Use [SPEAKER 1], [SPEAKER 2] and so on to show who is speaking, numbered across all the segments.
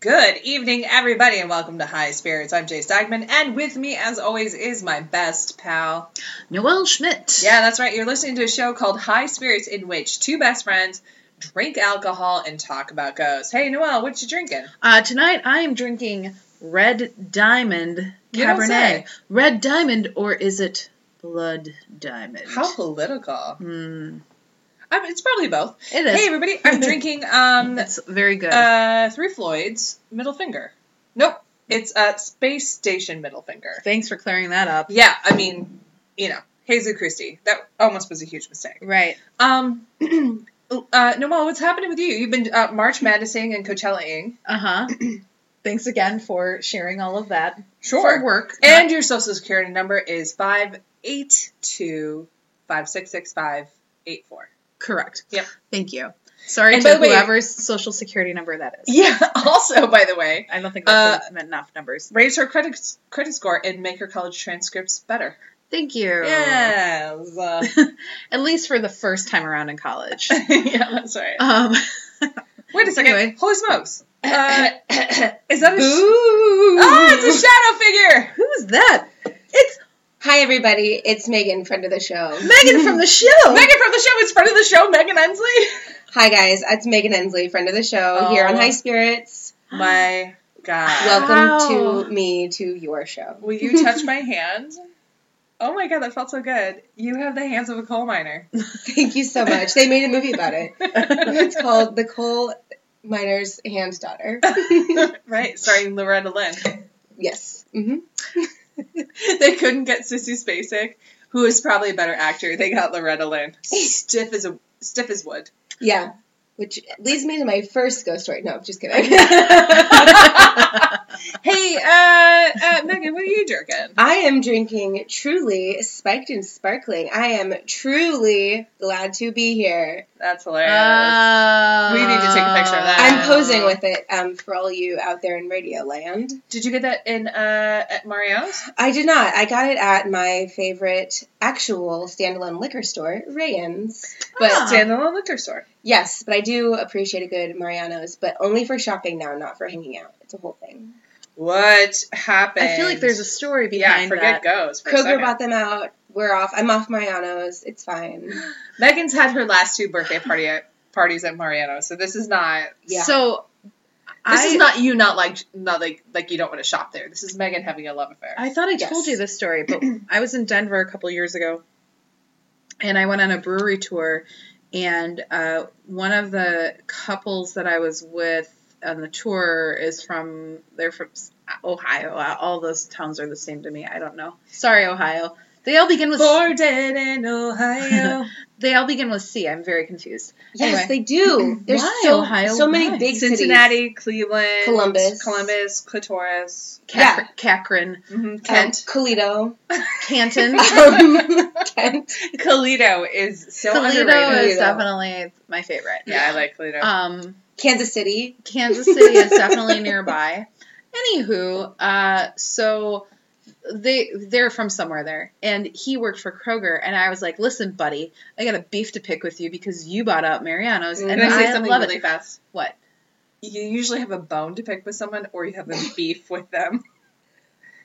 [SPEAKER 1] Good evening, everybody, and welcome to High Spirits. I'm Jay Stagman, and with me, as always, is my best pal.
[SPEAKER 2] Noel Schmidt.
[SPEAKER 1] Yeah, that's right. You're listening to a show called High Spirits, in which two best friends drink alcohol and talk about ghosts. Hey, Noel, what you drinking?
[SPEAKER 2] Uh, tonight I am drinking Red Diamond
[SPEAKER 1] You don't say.
[SPEAKER 2] Cabernet. Red Diamond, or is it Blood Diamond?
[SPEAKER 1] How political.
[SPEAKER 2] Mm,
[SPEAKER 1] I mean, it's probably both.
[SPEAKER 2] it is.
[SPEAKER 1] Hey, everybody, I'm drinking um,
[SPEAKER 2] It's very good.
[SPEAKER 1] uh, Three Floyds Middle Finger. Nope, it's uh, Space Station Middle Finger.
[SPEAKER 2] Thanks for clearing that up.
[SPEAKER 1] Yeah, I mean, you know, Hazel Christie. That almost was a huge mistake.
[SPEAKER 2] Right.
[SPEAKER 1] Um, uh, Noel, what's happening with you? You've been uh, March Madnessing and Coachellaing.
[SPEAKER 2] Uh huh. Thanks again for sharing all of that. For work.
[SPEAKER 1] And your social security number is five eight two five six six five eight four.
[SPEAKER 2] correct.
[SPEAKER 1] Yep.
[SPEAKER 2] Thank you. Sorry
[SPEAKER 1] And by
[SPEAKER 2] to
[SPEAKER 1] the way-
[SPEAKER 2] whoever's social security number that is.
[SPEAKER 1] Yeah. Also, by the way,
[SPEAKER 2] I don't think
[SPEAKER 1] Uh,
[SPEAKER 2] that's enough numbers.
[SPEAKER 1] raise her credit credit score and make her college transcripts better.
[SPEAKER 2] Thank you.
[SPEAKER 1] Yes. Uh,
[SPEAKER 2] At least for the first time around in college.
[SPEAKER 1] yeah, that's right.
[SPEAKER 2] um,
[SPEAKER 1] Uh, Wait a second.
[SPEAKER 2] Anyway.
[SPEAKER 1] Holy smokes. Uh, is that a? Sh-
[SPEAKER 3] Ooh.
[SPEAKER 1] ah, it's a shadow figure.
[SPEAKER 2] who's that?
[SPEAKER 3] Hi, everybody. It's Megan, friend of the show.
[SPEAKER 2] Megan from the show.
[SPEAKER 1] Megan from the show is friend of the show, Megan Ensley.
[SPEAKER 3] Hi, guys. It's Megan Ensley, friend of the show,
[SPEAKER 1] Oh.
[SPEAKER 3] here on High Spirits.
[SPEAKER 1] My God.
[SPEAKER 3] Welcome
[SPEAKER 2] Wow.
[SPEAKER 3] to me to your show.
[SPEAKER 1] Will you touch my hand? Oh my god, that felt so good. You have the hands of a coal miner.
[SPEAKER 3] Thank you so much. They made a movie about it. It's called The Coal Miner's Hand Daughter.
[SPEAKER 1] right, starring Loretta Lynn.
[SPEAKER 3] Yes. hmm
[SPEAKER 1] They couldn't get Sissy Spacek, who is probably a better actor. They got Loretta Lynn. Stiff as a stiff as wood.
[SPEAKER 3] Yeah. Which leads me to my first ghost story. No, just kidding.
[SPEAKER 1] Hey, uh, uh Megan, what are you jerking?
[SPEAKER 3] I am drinking truly spiked and sparkling. I am truly glad to be here.
[SPEAKER 1] That's hilarious.
[SPEAKER 2] Uh,
[SPEAKER 1] We need to take a picture of that.
[SPEAKER 3] I'm posing with it um, for all you out there in radio land.
[SPEAKER 1] Did you get that in uh at Mario's?
[SPEAKER 3] I did not. I got it at my favorite actual standalone liquor store, Rayan's. But uh,
[SPEAKER 2] Ah.
[SPEAKER 1] Standalone liquor store.
[SPEAKER 3] yes, but I do appreciate a good Mariano's, but only for shopping now, not for hanging out. It's a whole thing.
[SPEAKER 1] What happened?
[SPEAKER 2] I feel like there's a story
[SPEAKER 1] yeah,
[SPEAKER 2] behind
[SPEAKER 1] forget
[SPEAKER 2] that.
[SPEAKER 1] goes. For a
[SPEAKER 3] Kroger
[SPEAKER 1] second.
[SPEAKER 3] bought them out. We're off. I'm off Mariano's. It's fine.
[SPEAKER 1] Megan's had her last two birthday party at, parties at Mariano, so this is not
[SPEAKER 3] Yeah.
[SPEAKER 2] So
[SPEAKER 1] this
[SPEAKER 2] I,
[SPEAKER 1] is not you not like not like like you don't want to shop there. This is Megan having a love affair.
[SPEAKER 2] I thought I
[SPEAKER 3] Yes.
[SPEAKER 2] told you this story, but I was in Denver a couple years ago, and I went on a brewery tour, and uh, one of the couples that I was with on the tour is from they're from Ohio. Uh, All those towns are the same to me. I don't know. Sorry, Ohio. They all begin with
[SPEAKER 1] Born in Ohio.
[SPEAKER 2] they all begin with C. I'm very confused.
[SPEAKER 3] Yes,
[SPEAKER 2] Anyway.
[SPEAKER 3] they do. There's
[SPEAKER 2] Why,
[SPEAKER 3] so
[SPEAKER 2] Ohio?
[SPEAKER 3] so many
[SPEAKER 2] Why?
[SPEAKER 3] big cities.
[SPEAKER 1] Cincinnati, Cleveland,
[SPEAKER 3] Columbus.
[SPEAKER 1] Columbus, Clitoris,
[SPEAKER 2] Cat- Cachrane,
[SPEAKER 1] mhm,
[SPEAKER 3] Kent,
[SPEAKER 1] Kent.
[SPEAKER 3] Colito,
[SPEAKER 2] Canton.
[SPEAKER 3] um, Kent.
[SPEAKER 1] Colito is so
[SPEAKER 2] Toledo
[SPEAKER 1] underrated.
[SPEAKER 2] is
[SPEAKER 3] Toledo.
[SPEAKER 2] definitely my favorite.
[SPEAKER 1] yeah, I like Colito.
[SPEAKER 2] Um,
[SPEAKER 3] Kansas City.
[SPEAKER 2] Kansas City is definitely nearby. Anywho, uh, so they they're from somewhere there, and he worked for Kroger, and I was like, "Listen, buddy, I got a beef to pick with you because you bought out Mariano's, and
[SPEAKER 1] Can I say
[SPEAKER 2] I
[SPEAKER 1] something
[SPEAKER 2] love
[SPEAKER 1] Mm-hmm. really
[SPEAKER 2] it."
[SPEAKER 1] fast?
[SPEAKER 2] What?
[SPEAKER 1] You usually have a bone to pick with someone, or you have a beef with them.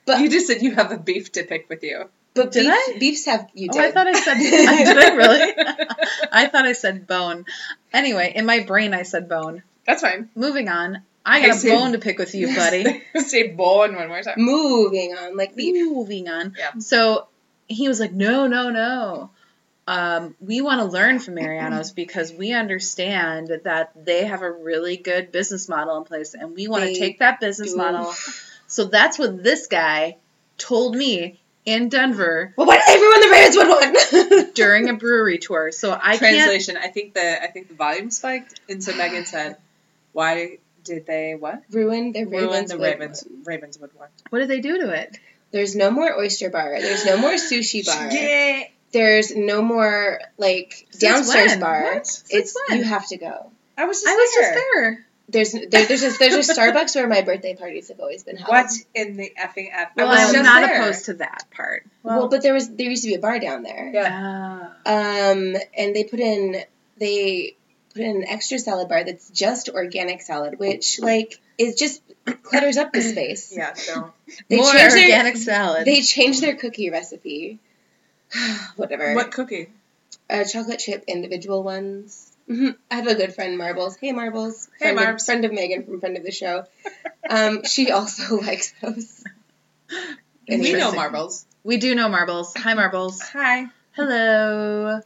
[SPEAKER 3] But-
[SPEAKER 1] you just said you have a beef to pick with you.
[SPEAKER 3] But
[SPEAKER 2] Did
[SPEAKER 3] beef,
[SPEAKER 2] I?
[SPEAKER 3] beefs have you
[SPEAKER 2] Oh,
[SPEAKER 3] did.
[SPEAKER 2] I thought I said. did I really? I thought I said bone. Anyway, in my brain, I said bone.
[SPEAKER 1] That's fine.
[SPEAKER 2] Moving on, I
[SPEAKER 1] I
[SPEAKER 2] got a
[SPEAKER 1] see.
[SPEAKER 2] bone to pick with you, buddy.
[SPEAKER 1] Say bone one more time.
[SPEAKER 3] Moving on, like beef.
[SPEAKER 2] Moving on.
[SPEAKER 1] Yeah.
[SPEAKER 2] So he was like, no, no, no. Um, we want to learn from Mariano's because we understand that they have a really good business model in place and we want to
[SPEAKER 3] They
[SPEAKER 2] take that business
[SPEAKER 3] do.
[SPEAKER 2] model. So that's what this guy told me in Denver
[SPEAKER 3] Well, what everyone the Ravens would want.
[SPEAKER 2] during a brewery tour. So I can't.
[SPEAKER 1] Translation. I think the I think the volume spiked, and so Megan said, "Why did they what
[SPEAKER 3] Ruin the Ravens.
[SPEAKER 1] ruin the
[SPEAKER 3] would
[SPEAKER 1] Ravens
[SPEAKER 3] want.
[SPEAKER 1] Ravenswood one?"
[SPEAKER 2] What did they do to it?
[SPEAKER 3] There's no more oyster bar. There's no more sushi bar.
[SPEAKER 1] Yeah.
[SPEAKER 3] There's no more like downstairs
[SPEAKER 2] when?
[SPEAKER 3] bar.
[SPEAKER 2] What? Since
[SPEAKER 3] It's
[SPEAKER 2] when?
[SPEAKER 3] you have to go.
[SPEAKER 1] I was just
[SPEAKER 2] I was
[SPEAKER 1] there.
[SPEAKER 2] just there.
[SPEAKER 3] There's there, there's a, there's a Starbucks where my birthday parties have always been held.
[SPEAKER 1] What in the effing f?
[SPEAKER 2] Well,
[SPEAKER 3] was
[SPEAKER 2] I'm
[SPEAKER 3] just
[SPEAKER 2] not opposed to that part.
[SPEAKER 3] Well, but there was there used to be a bar down there.
[SPEAKER 1] Yeah.
[SPEAKER 2] Ah.
[SPEAKER 3] Um, and they put in they put in an extra salad bar that's just organic salad, which like is just clutters up the space.
[SPEAKER 1] Yeah, so
[SPEAKER 3] They
[SPEAKER 2] More
[SPEAKER 3] changed their-
[SPEAKER 2] organic salad.
[SPEAKER 3] They changed their cookie recipe. Whatever.
[SPEAKER 1] what cookie?
[SPEAKER 3] Uh, chocolate chip individual ones. Mhm. I have a good friend, Marbles. Hey, Marbles.
[SPEAKER 1] Mm-hmm. Hey,
[SPEAKER 3] friend Of,
[SPEAKER 1] Marbs.
[SPEAKER 3] friend of Megan from Friend of the Show. Um, she also likes those.
[SPEAKER 1] We know
[SPEAKER 3] Interesting.
[SPEAKER 1] marbles.
[SPEAKER 2] we do know marbles. Hi, marbles.
[SPEAKER 1] Hi,
[SPEAKER 2] Hello,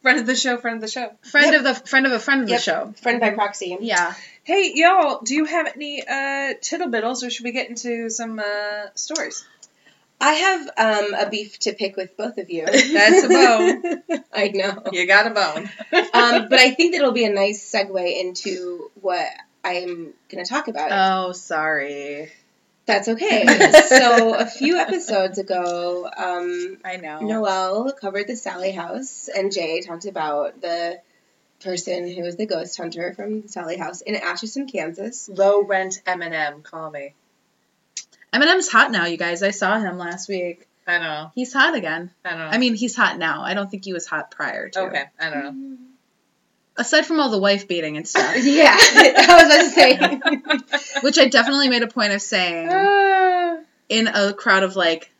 [SPEAKER 1] friend of the show, friend of the show.
[SPEAKER 2] friend
[SPEAKER 3] Yep.
[SPEAKER 2] of the friend of a friend of
[SPEAKER 3] Yep.
[SPEAKER 2] the show.
[SPEAKER 3] Friend by proxy.
[SPEAKER 2] Yeah,
[SPEAKER 1] Hey y'all, do you have any uh, tittle biddles, or should we get into some uh, stories?
[SPEAKER 3] I have um, a beef to pick with both of you.
[SPEAKER 1] That's a bone.
[SPEAKER 3] I know.
[SPEAKER 1] You got a bone.
[SPEAKER 3] Um, but I think that it'll be a nice segue into what I'm going to talk about.
[SPEAKER 1] Uh,
[SPEAKER 2] Oh, sorry.
[SPEAKER 3] That's okay. so a few episodes ago, um,
[SPEAKER 2] I know.
[SPEAKER 3] Noelle covered the Sally House, and Jay talked about the person who was the ghost hunter from Sally House in Atchison, Kansas.
[SPEAKER 1] Low rent Eminem, call me.
[SPEAKER 2] Eminem's hot now, you guys. I saw him last week.
[SPEAKER 1] I don't know.
[SPEAKER 2] He's hot again.
[SPEAKER 1] I don't know.
[SPEAKER 2] I mean, he's hot now. I don't think he was hot prior to.
[SPEAKER 1] okay, I don't know.
[SPEAKER 2] Aside from all the wife beating and stuff,
[SPEAKER 3] Yeah, I was about to say.
[SPEAKER 2] which I definitely made a point of saying in a crowd of like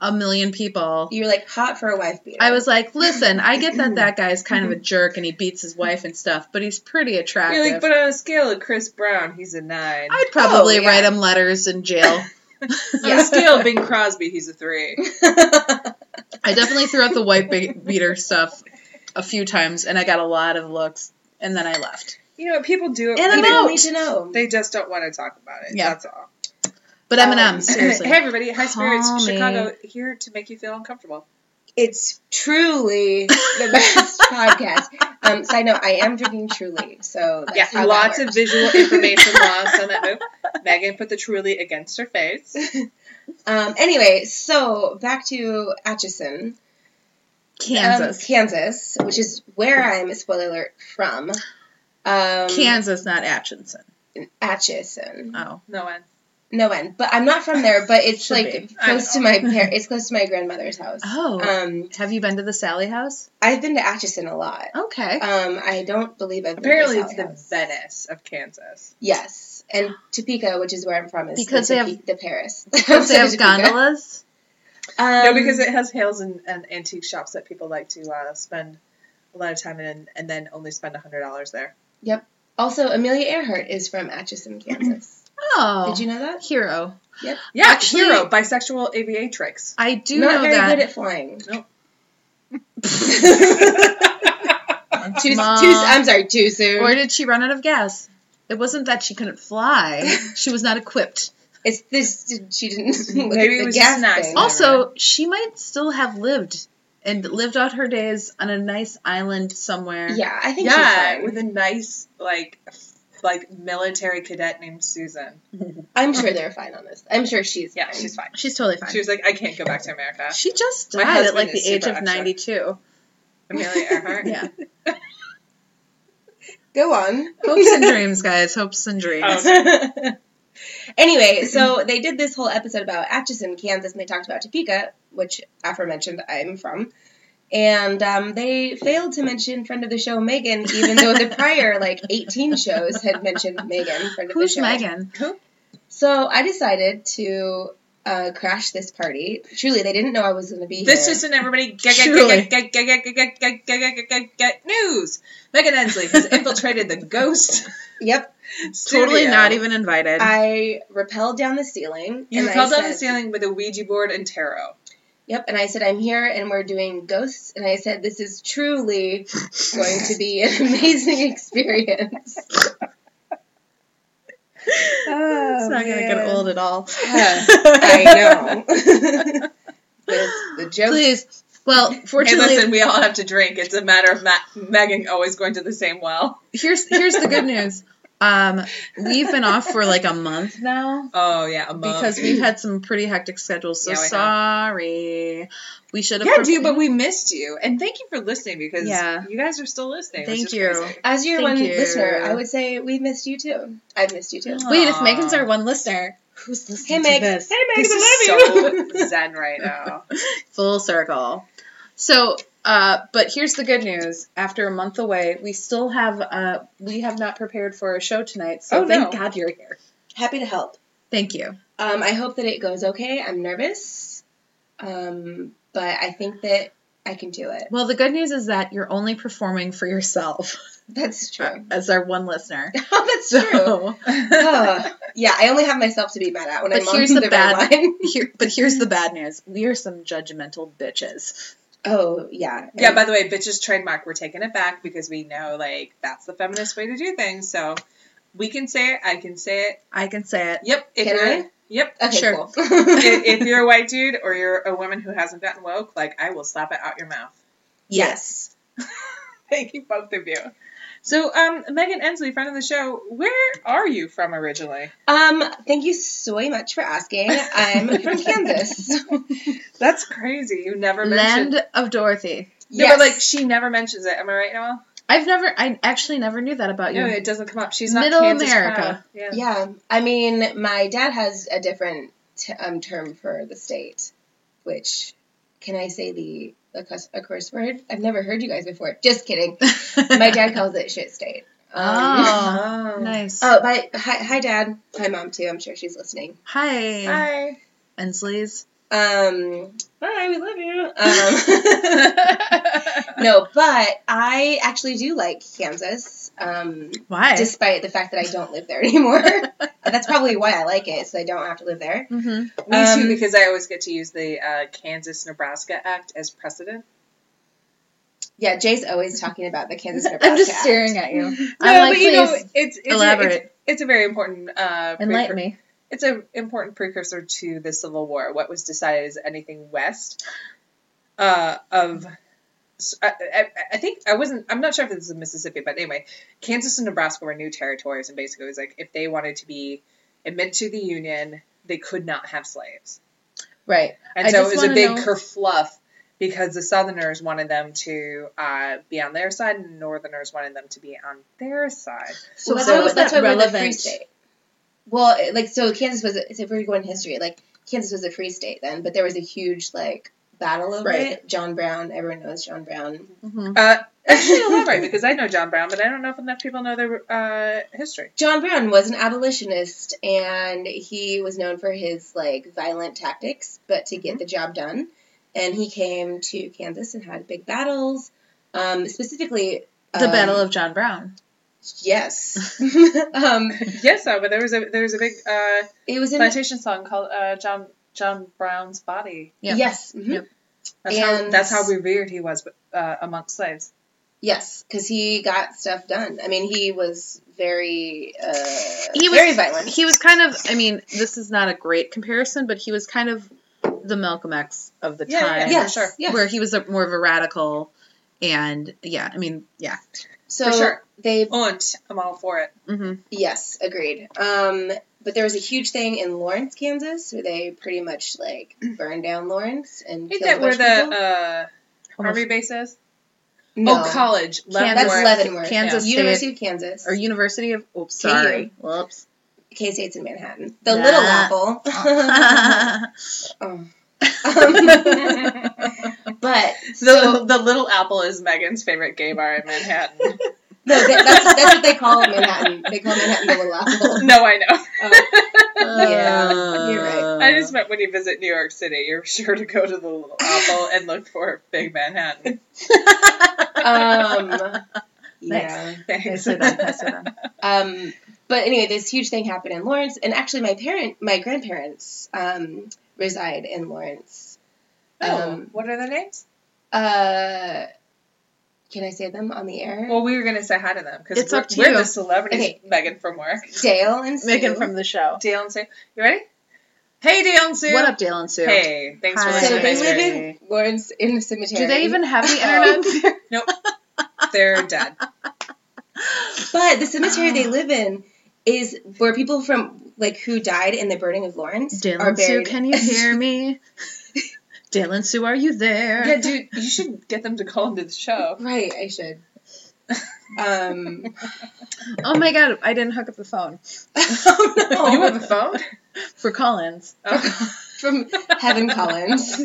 [SPEAKER 2] a million people.
[SPEAKER 3] You're like hot for a wife beater.
[SPEAKER 2] I was like, listen, I get that that guy's kind of a jerk and he beats his wife and stuff, but he's pretty attractive.
[SPEAKER 1] You're like, but on a scale of Chris Brown, he's a nine.
[SPEAKER 2] I'd probably
[SPEAKER 3] Oh, yeah.
[SPEAKER 2] write him letters in jail.
[SPEAKER 1] On a scale of Bing Crosby, he's a three.
[SPEAKER 2] I definitely threw out the white be- beater stuff a few times and I got a lot of looks and then I left.
[SPEAKER 1] You know what? People do it.
[SPEAKER 3] and
[SPEAKER 1] they
[SPEAKER 3] I'm
[SPEAKER 1] don't-
[SPEAKER 3] out. need to know.
[SPEAKER 1] They just don't want to talk about it.
[SPEAKER 2] Yeah.
[SPEAKER 1] That's all.
[SPEAKER 2] But
[SPEAKER 3] Um,
[SPEAKER 2] Eminem, seriously.
[SPEAKER 1] hey everybody, High Spirits
[SPEAKER 2] Call me.
[SPEAKER 1] Chicago here to make you feel uncomfortable.
[SPEAKER 3] It's truly the best podcast. Um, side note, I am drinking truly, so that's
[SPEAKER 1] yeah,
[SPEAKER 3] how
[SPEAKER 1] lots
[SPEAKER 3] that
[SPEAKER 1] of visual information lost on that move. Megan put the truly against her face.
[SPEAKER 3] Um, anyway, so back to Atchison.
[SPEAKER 2] Kansas.
[SPEAKER 3] Um, Kansas, which is where I'm, spoiler alert, from. Um,
[SPEAKER 2] Kansas, not Atchison.
[SPEAKER 3] Atchison.
[SPEAKER 2] Oh.
[SPEAKER 1] No one.
[SPEAKER 3] No end. But I'm not from there, but it's
[SPEAKER 2] Should
[SPEAKER 3] like
[SPEAKER 2] be.
[SPEAKER 3] close to
[SPEAKER 1] I
[SPEAKER 3] my par- it's close to my grandmother's house.
[SPEAKER 2] Oh.
[SPEAKER 3] Um,
[SPEAKER 2] Have you been to the Sally house? Uh,
[SPEAKER 3] I've been to Atchison a lot.
[SPEAKER 2] Okay.
[SPEAKER 3] Um, I don't believe I've been
[SPEAKER 1] Apparently,
[SPEAKER 3] to
[SPEAKER 1] it's the
[SPEAKER 3] House.
[SPEAKER 1] Venice of Kansas.
[SPEAKER 3] Yes. And Topeka, which is where I'm from, is
[SPEAKER 2] Because
[SPEAKER 3] the,
[SPEAKER 2] they
[SPEAKER 3] Tope- the Paris.
[SPEAKER 2] Don't they have
[SPEAKER 3] Topeka.
[SPEAKER 2] gondolas?
[SPEAKER 3] Um,
[SPEAKER 1] no, because it has hails and, and antique shops that people like to uh, spend a lot of time in and then only spend $100 there.
[SPEAKER 3] also Amelia Earhart is from Atchison, Kansas.
[SPEAKER 2] Oh.
[SPEAKER 3] Did you know that?
[SPEAKER 2] Hero.
[SPEAKER 1] Yeah,
[SPEAKER 2] Actually-
[SPEAKER 1] Hero, bisexual aviatrix.
[SPEAKER 2] I do
[SPEAKER 3] not
[SPEAKER 2] know
[SPEAKER 3] very
[SPEAKER 2] that.
[SPEAKER 3] good at flying. Too, too,
[SPEAKER 2] Mom.
[SPEAKER 3] I'm sorry, too soon.
[SPEAKER 2] Or did she run out of gas? It wasn't that she couldn't fly. She was not equipped.
[SPEAKER 3] It's this. She didn't. look
[SPEAKER 1] Maybe it
[SPEAKER 3] at the
[SPEAKER 1] was
[SPEAKER 3] gas
[SPEAKER 1] just an
[SPEAKER 3] thing.
[SPEAKER 1] accident.
[SPEAKER 2] Also, she might still have lived and lived out her days on a nice island somewhere.
[SPEAKER 3] Yeah, I think
[SPEAKER 1] Yeah,
[SPEAKER 3] she's
[SPEAKER 1] with
[SPEAKER 3] fine.
[SPEAKER 1] a nice, like, f- like military cadet named Susan.
[SPEAKER 3] I'm sure they're fine on this. I'm sure she's.
[SPEAKER 1] Yeah,
[SPEAKER 3] fine.
[SPEAKER 1] she's fine.
[SPEAKER 2] She's totally fine.
[SPEAKER 1] She was like, I can't go back to America.
[SPEAKER 2] she just
[SPEAKER 1] My
[SPEAKER 2] died at
[SPEAKER 1] husband
[SPEAKER 2] like
[SPEAKER 1] is
[SPEAKER 2] the age
[SPEAKER 1] super
[SPEAKER 2] of
[SPEAKER 1] extra.
[SPEAKER 2] 92.
[SPEAKER 1] Amelia Earhart.
[SPEAKER 2] Yeah.
[SPEAKER 3] Go on.
[SPEAKER 2] Hopes and dreams, guys. Hopes
[SPEAKER 1] Oh,
[SPEAKER 2] and
[SPEAKER 1] Um,
[SPEAKER 2] dreams.
[SPEAKER 3] anyway, so they did this whole episode about Atchison, Kansas, and they talked about Topeka, which aforementioned I'm from. And um, they failed to mention friend of the show Megan, even though the prior like 18 shows had mentioned Megan. Friend of
[SPEAKER 2] Who's
[SPEAKER 3] the show.
[SPEAKER 2] Megan?
[SPEAKER 3] So I decided to uh, crash this party. Truly, they didn't know I was going to be
[SPEAKER 1] This
[SPEAKER 3] here.
[SPEAKER 1] isn't everybody get
[SPEAKER 2] Truly.
[SPEAKER 1] get get get get get get get get get get get news. Megan Ensley has infiltrated the ghost.
[SPEAKER 3] Yep.
[SPEAKER 2] Totally
[SPEAKER 1] studio.
[SPEAKER 2] not even invited.
[SPEAKER 3] I rappelled down the ceiling.
[SPEAKER 1] You
[SPEAKER 3] and I
[SPEAKER 1] fell down the
[SPEAKER 3] said-
[SPEAKER 1] ceiling with a Ouija board and tarot.
[SPEAKER 3] Yep, and I said, I'm here and we're doing ghosts. And I said, this is truly going to be an amazing experience.
[SPEAKER 2] it's not going to get old at all.
[SPEAKER 3] I know. It's the joke.
[SPEAKER 2] Please. Well,
[SPEAKER 1] Hey,
[SPEAKER 2] fortunately,
[SPEAKER 1] listen, we all have to drink. It's a matter of Ma- Megan always going to the same well.
[SPEAKER 2] here's here's the good news. Um, we've been off for like a month now.
[SPEAKER 1] Oh yeah, a month.
[SPEAKER 2] because we've had some pretty hectic schedules. So
[SPEAKER 1] Yeah, we have.
[SPEAKER 2] sorry, we should have.
[SPEAKER 1] yeah,
[SPEAKER 2] prepared-
[SPEAKER 1] dude, but we missed you, and thank you for listening because
[SPEAKER 2] Yeah.
[SPEAKER 1] you guys are still listening.
[SPEAKER 2] Thank
[SPEAKER 1] which is
[SPEAKER 2] you.
[SPEAKER 1] crazy.
[SPEAKER 3] As your
[SPEAKER 2] Thank
[SPEAKER 3] one
[SPEAKER 2] you.
[SPEAKER 3] listener, I would say we missed you too. I've missed you too.
[SPEAKER 2] wait, if
[SPEAKER 1] Aw.
[SPEAKER 2] Megan's our one listener, who's listening
[SPEAKER 3] Hey, Meg.
[SPEAKER 2] to this?
[SPEAKER 1] This
[SPEAKER 3] I
[SPEAKER 1] is
[SPEAKER 3] love you.
[SPEAKER 1] so zen right now.
[SPEAKER 2] Full circle. So Uh, but here's the good news. After a month away, we still have uh, we have not prepared for a show tonight. So
[SPEAKER 1] Oh,
[SPEAKER 2] thank
[SPEAKER 1] no.
[SPEAKER 2] God you're here.
[SPEAKER 3] Happy to help.
[SPEAKER 2] Thank you.
[SPEAKER 3] Um, I hope that it goes okay. I'm nervous, um, but I think that I can do it.
[SPEAKER 2] Well, the good news is that you're only performing for yourself,
[SPEAKER 3] That's true.
[SPEAKER 2] as our one listener.
[SPEAKER 3] oh, that's true.
[SPEAKER 2] Uh, So, Ah.
[SPEAKER 3] Ugh. yeah, I only have myself to be mad at when
[SPEAKER 2] But
[SPEAKER 3] I'm on
[SPEAKER 2] here's the
[SPEAKER 3] the
[SPEAKER 2] bad-
[SPEAKER 3] bad line.
[SPEAKER 2] here, but here's the bad news: we are some judgmental bitches.
[SPEAKER 3] oh, yeah.
[SPEAKER 1] Yeah, by the way, bitches trademark, we're taking it back because we know like that's the feminist way to do things. So we can say it, I can say it.
[SPEAKER 2] I can say it.
[SPEAKER 1] Yep. If
[SPEAKER 3] Can
[SPEAKER 1] you're
[SPEAKER 3] I?
[SPEAKER 1] yep.
[SPEAKER 3] okay,
[SPEAKER 2] sure.
[SPEAKER 3] cool.
[SPEAKER 1] if, if you're a white dude or you're a woman who hasn't gotten woke, like I will slap it out your mouth.
[SPEAKER 3] yes.
[SPEAKER 1] Thank you both of you. So, um, Megan Ensley, friend of the show, where are you from originally?
[SPEAKER 3] Um, thank you so much for asking. I'm from Kansas.
[SPEAKER 1] That's crazy. You never mentioned.
[SPEAKER 2] Land of Dorothy.
[SPEAKER 1] No, but like
[SPEAKER 3] Yes.
[SPEAKER 1] she never mentions it. Am I right, Noel?
[SPEAKER 2] I've never. I actually never knew that about you.
[SPEAKER 1] No, it doesn't come up. She's not
[SPEAKER 2] Uh, Middle
[SPEAKER 1] Kansas
[SPEAKER 2] America.
[SPEAKER 1] proud. Yeah.
[SPEAKER 3] Yeah, I mean, my dad has a different t- um, term for the state, which can I say the a cuss, a curse word? I've never heard you guys before. Just kidding. My dad calls it shit state. Um,
[SPEAKER 2] Oh,
[SPEAKER 1] Oh.
[SPEAKER 2] nice.
[SPEAKER 3] oh, my, hi, hi, dad. Hi, mom too. I'm sure she's listening.
[SPEAKER 2] Hi,
[SPEAKER 1] Hi.
[SPEAKER 2] Ensley's.
[SPEAKER 3] Um, hi, we love you. Um, no, but I actually do like Kansas. Um,
[SPEAKER 2] Why?
[SPEAKER 3] despite the fact that I don't live there anymore, that's probably why I like it. So I don't have to live there.
[SPEAKER 2] mm-hmm.
[SPEAKER 1] Me too,
[SPEAKER 3] Um,
[SPEAKER 1] because I always get to use the uh, Kansas Nebraska Act as precedent.
[SPEAKER 3] Yeah, Jay's always talking about the Kansas Nebraska.
[SPEAKER 2] I'm just
[SPEAKER 3] Act.
[SPEAKER 2] staring at you.
[SPEAKER 1] No,
[SPEAKER 2] I'm like,
[SPEAKER 1] but you know,
[SPEAKER 2] please
[SPEAKER 1] it's it's, a-
[SPEAKER 2] elaborate.
[SPEAKER 1] it's it's a very important uh,
[SPEAKER 2] Enlighten
[SPEAKER 1] precur-
[SPEAKER 2] me.
[SPEAKER 1] It's an important precursor to the Civil War. What was decided is anything west uh, of. s- I, I- I think I wasn't. I'm not sure if this is Mississippi, but anyway, Kansas and Nebraska were new territories, and basically it was like if they wanted to be admitted to the Union, they could not have slaves.
[SPEAKER 2] Right.
[SPEAKER 1] And
[SPEAKER 2] I
[SPEAKER 1] so
[SPEAKER 2] just
[SPEAKER 1] it was a
[SPEAKER 2] wanna
[SPEAKER 1] big
[SPEAKER 2] know-
[SPEAKER 1] kerfluff because the Southerners wanted them to uh, be on their side and Northerners wanted them to be on their side.
[SPEAKER 3] So,
[SPEAKER 2] Well,
[SPEAKER 3] so
[SPEAKER 2] how is
[SPEAKER 3] that's
[SPEAKER 2] that
[SPEAKER 3] why we're the free
[SPEAKER 2] relevant?
[SPEAKER 3] state. Well, it- like so, Kansas was. A, if we're going history, like Kansas was a free state then, but there was a huge like battle over
[SPEAKER 2] Right.
[SPEAKER 3] it. John Brown, everyone knows John Brown.
[SPEAKER 2] Mm-hmm.
[SPEAKER 1] Uh, actually, elaborate because I know John Brown, but I don't know if enough people know their uh, history.
[SPEAKER 3] John Brown was an abolitionist, and he was known for his like violent tactics, but to
[SPEAKER 2] Mm-hmm.
[SPEAKER 3] get the job done. And he came to Kansas and had big battles, um, specifically
[SPEAKER 2] The
[SPEAKER 3] um,
[SPEAKER 2] Battle of John Brown.
[SPEAKER 3] Yes. um,
[SPEAKER 1] Yes, so, but there was a there was a big uh,
[SPEAKER 3] it was in
[SPEAKER 1] plantation song called uh, John John Brown's Body.
[SPEAKER 2] Yeah.
[SPEAKER 3] yes. mhm.
[SPEAKER 2] Yep.
[SPEAKER 1] That's how
[SPEAKER 3] And-
[SPEAKER 1] that's how revered he was uh, amongst slaves.
[SPEAKER 3] Yes, because he got stuff done. I mean, he was very, uh,
[SPEAKER 2] He was-
[SPEAKER 3] very violent.
[SPEAKER 2] He was kind of. I mean, this is not a great comparison, but he was kind of the Malcolm X of the
[SPEAKER 1] Yeah, yeah,
[SPEAKER 2] time,
[SPEAKER 1] yeah.
[SPEAKER 3] Yes,
[SPEAKER 1] sure.
[SPEAKER 3] yes.
[SPEAKER 2] where he was a, more of a radical. And yeah, I mean, yeah.
[SPEAKER 3] so
[SPEAKER 1] for sure.
[SPEAKER 3] they,
[SPEAKER 1] And I'm all for it.
[SPEAKER 2] hmm
[SPEAKER 3] yes, agreed. Um, but there was a huge thing in Lawrence, Kansas, where they pretty much like burned down Lawrence and
[SPEAKER 1] Ain't
[SPEAKER 3] killed a
[SPEAKER 1] that where
[SPEAKER 3] bunch of people.
[SPEAKER 1] the uh, army base is?
[SPEAKER 3] no,
[SPEAKER 1] Oh, college.
[SPEAKER 3] that's
[SPEAKER 1] Leavenworth.
[SPEAKER 3] Leavenworth,
[SPEAKER 2] Kansas State
[SPEAKER 3] University of Kansas,
[SPEAKER 2] or University of. Oops, sorry. Whoops.
[SPEAKER 3] K State's in Manhattan, the
[SPEAKER 2] Nah.
[SPEAKER 3] Little Apple. Oh. Um, but
[SPEAKER 1] The, the Little Apple is Megan's favorite gay bar in Manhattan.
[SPEAKER 3] no, that- that's, that's what they call Manhattan. They call Manhattan the Little Apple.
[SPEAKER 1] no, I know.
[SPEAKER 3] Yeah, you're right.
[SPEAKER 1] I just meant when you visit New York City, you're sure to go to the Little Apple and look for Big Manhattan.
[SPEAKER 3] um, yeah.
[SPEAKER 1] Thanks.
[SPEAKER 2] Nicely done, nicely done.
[SPEAKER 3] Um, but anyway, this huge thing happened in Lawrence, and actually, my parent, my grandparents, um, reside in Lawrence.
[SPEAKER 1] Oh,
[SPEAKER 3] Um,
[SPEAKER 1] what are the names?
[SPEAKER 3] Uh, can I say them on the air?
[SPEAKER 1] Well, we were gonna say hi to them because
[SPEAKER 2] It's
[SPEAKER 1] we're,
[SPEAKER 2] up to
[SPEAKER 1] we're
[SPEAKER 2] you.
[SPEAKER 1] the celebrities.
[SPEAKER 3] Okay.
[SPEAKER 1] Megan from work,
[SPEAKER 3] Dale and Sue.
[SPEAKER 2] Megan from the show.
[SPEAKER 1] Dale and Sue. You ready? Hey, Dale and Sue.
[SPEAKER 2] What up, Dale and Sue?
[SPEAKER 1] Hey, thanks
[SPEAKER 2] Hi.
[SPEAKER 1] for
[SPEAKER 3] So
[SPEAKER 1] listening.
[SPEAKER 3] they
[SPEAKER 2] Hi.
[SPEAKER 3] live in Lawrence in a cemetery.
[SPEAKER 2] Do they even have the internet?
[SPEAKER 1] They're dead.
[SPEAKER 3] But the cemetery they live in is where people from like who died in the burning of Lawrence
[SPEAKER 2] Dale
[SPEAKER 3] are
[SPEAKER 2] and Sue,
[SPEAKER 3] buried.
[SPEAKER 2] can you hear me? Dale and Sue, are you there?
[SPEAKER 1] Yeah, dude, you should get them to call into the show.
[SPEAKER 3] Right, I should. Um,
[SPEAKER 2] Oh my god, I didn't hook up the phone
[SPEAKER 3] oh, no.
[SPEAKER 1] You have a phone?
[SPEAKER 2] for Collins.
[SPEAKER 1] Oh,
[SPEAKER 3] from Heaven Collins.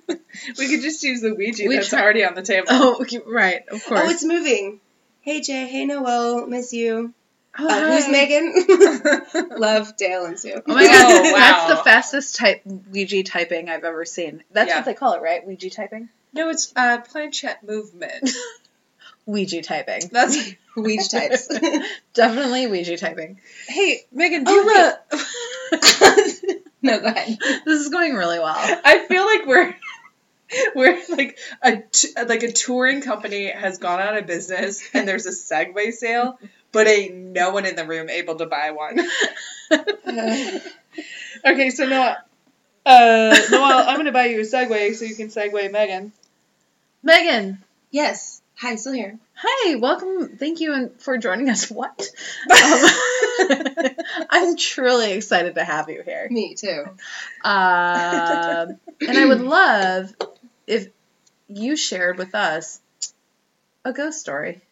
[SPEAKER 1] we could just use the Ouija
[SPEAKER 2] We
[SPEAKER 1] that's
[SPEAKER 2] try-
[SPEAKER 1] already on the table.
[SPEAKER 2] Oh, okay, right, of course.
[SPEAKER 3] Oh, it's moving. Hey Jay, hey Noel, miss you.
[SPEAKER 2] Oh,
[SPEAKER 3] Uh, who's
[SPEAKER 2] hi.
[SPEAKER 3] Megan? Love Dale and Sue.
[SPEAKER 2] Oh my god,
[SPEAKER 1] Oh, wow.
[SPEAKER 2] that's the fastest type Ouija typing I've ever seen. That's
[SPEAKER 1] Yeah.
[SPEAKER 2] what they call it, right? Ouija typing.
[SPEAKER 1] no, it's uh, planchette movement.
[SPEAKER 2] Ouija typing.
[SPEAKER 1] That's
[SPEAKER 3] Ouija types.
[SPEAKER 2] Definitely Ouija typing.
[SPEAKER 1] hey Megan. Do
[SPEAKER 3] Oh,
[SPEAKER 1] you have
[SPEAKER 3] no, go ahead.
[SPEAKER 2] This is going really well.
[SPEAKER 1] a- I feel like we're we're like a t- like a touring company has gone out of business and there's a Segway sale, but ain't no one in the room able to buy one.
[SPEAKER 3] Uh,
[SPEAKER 1] Okay, so Noah, uh, Noel, I'm gonna buy you a Segway so you can Segway Megan.
[SPEAKER 2] Megan,
[SPEAKER 3] yes. Hi, still here.
[SPEAKER 2] hi, welcome. Thank you and- for joining us. What? Um, I'm truly excited to have you here.
[SPEAKER 3] Me too.
[SPEAKER 2] Um, and I would love if you shared with us a ghost story.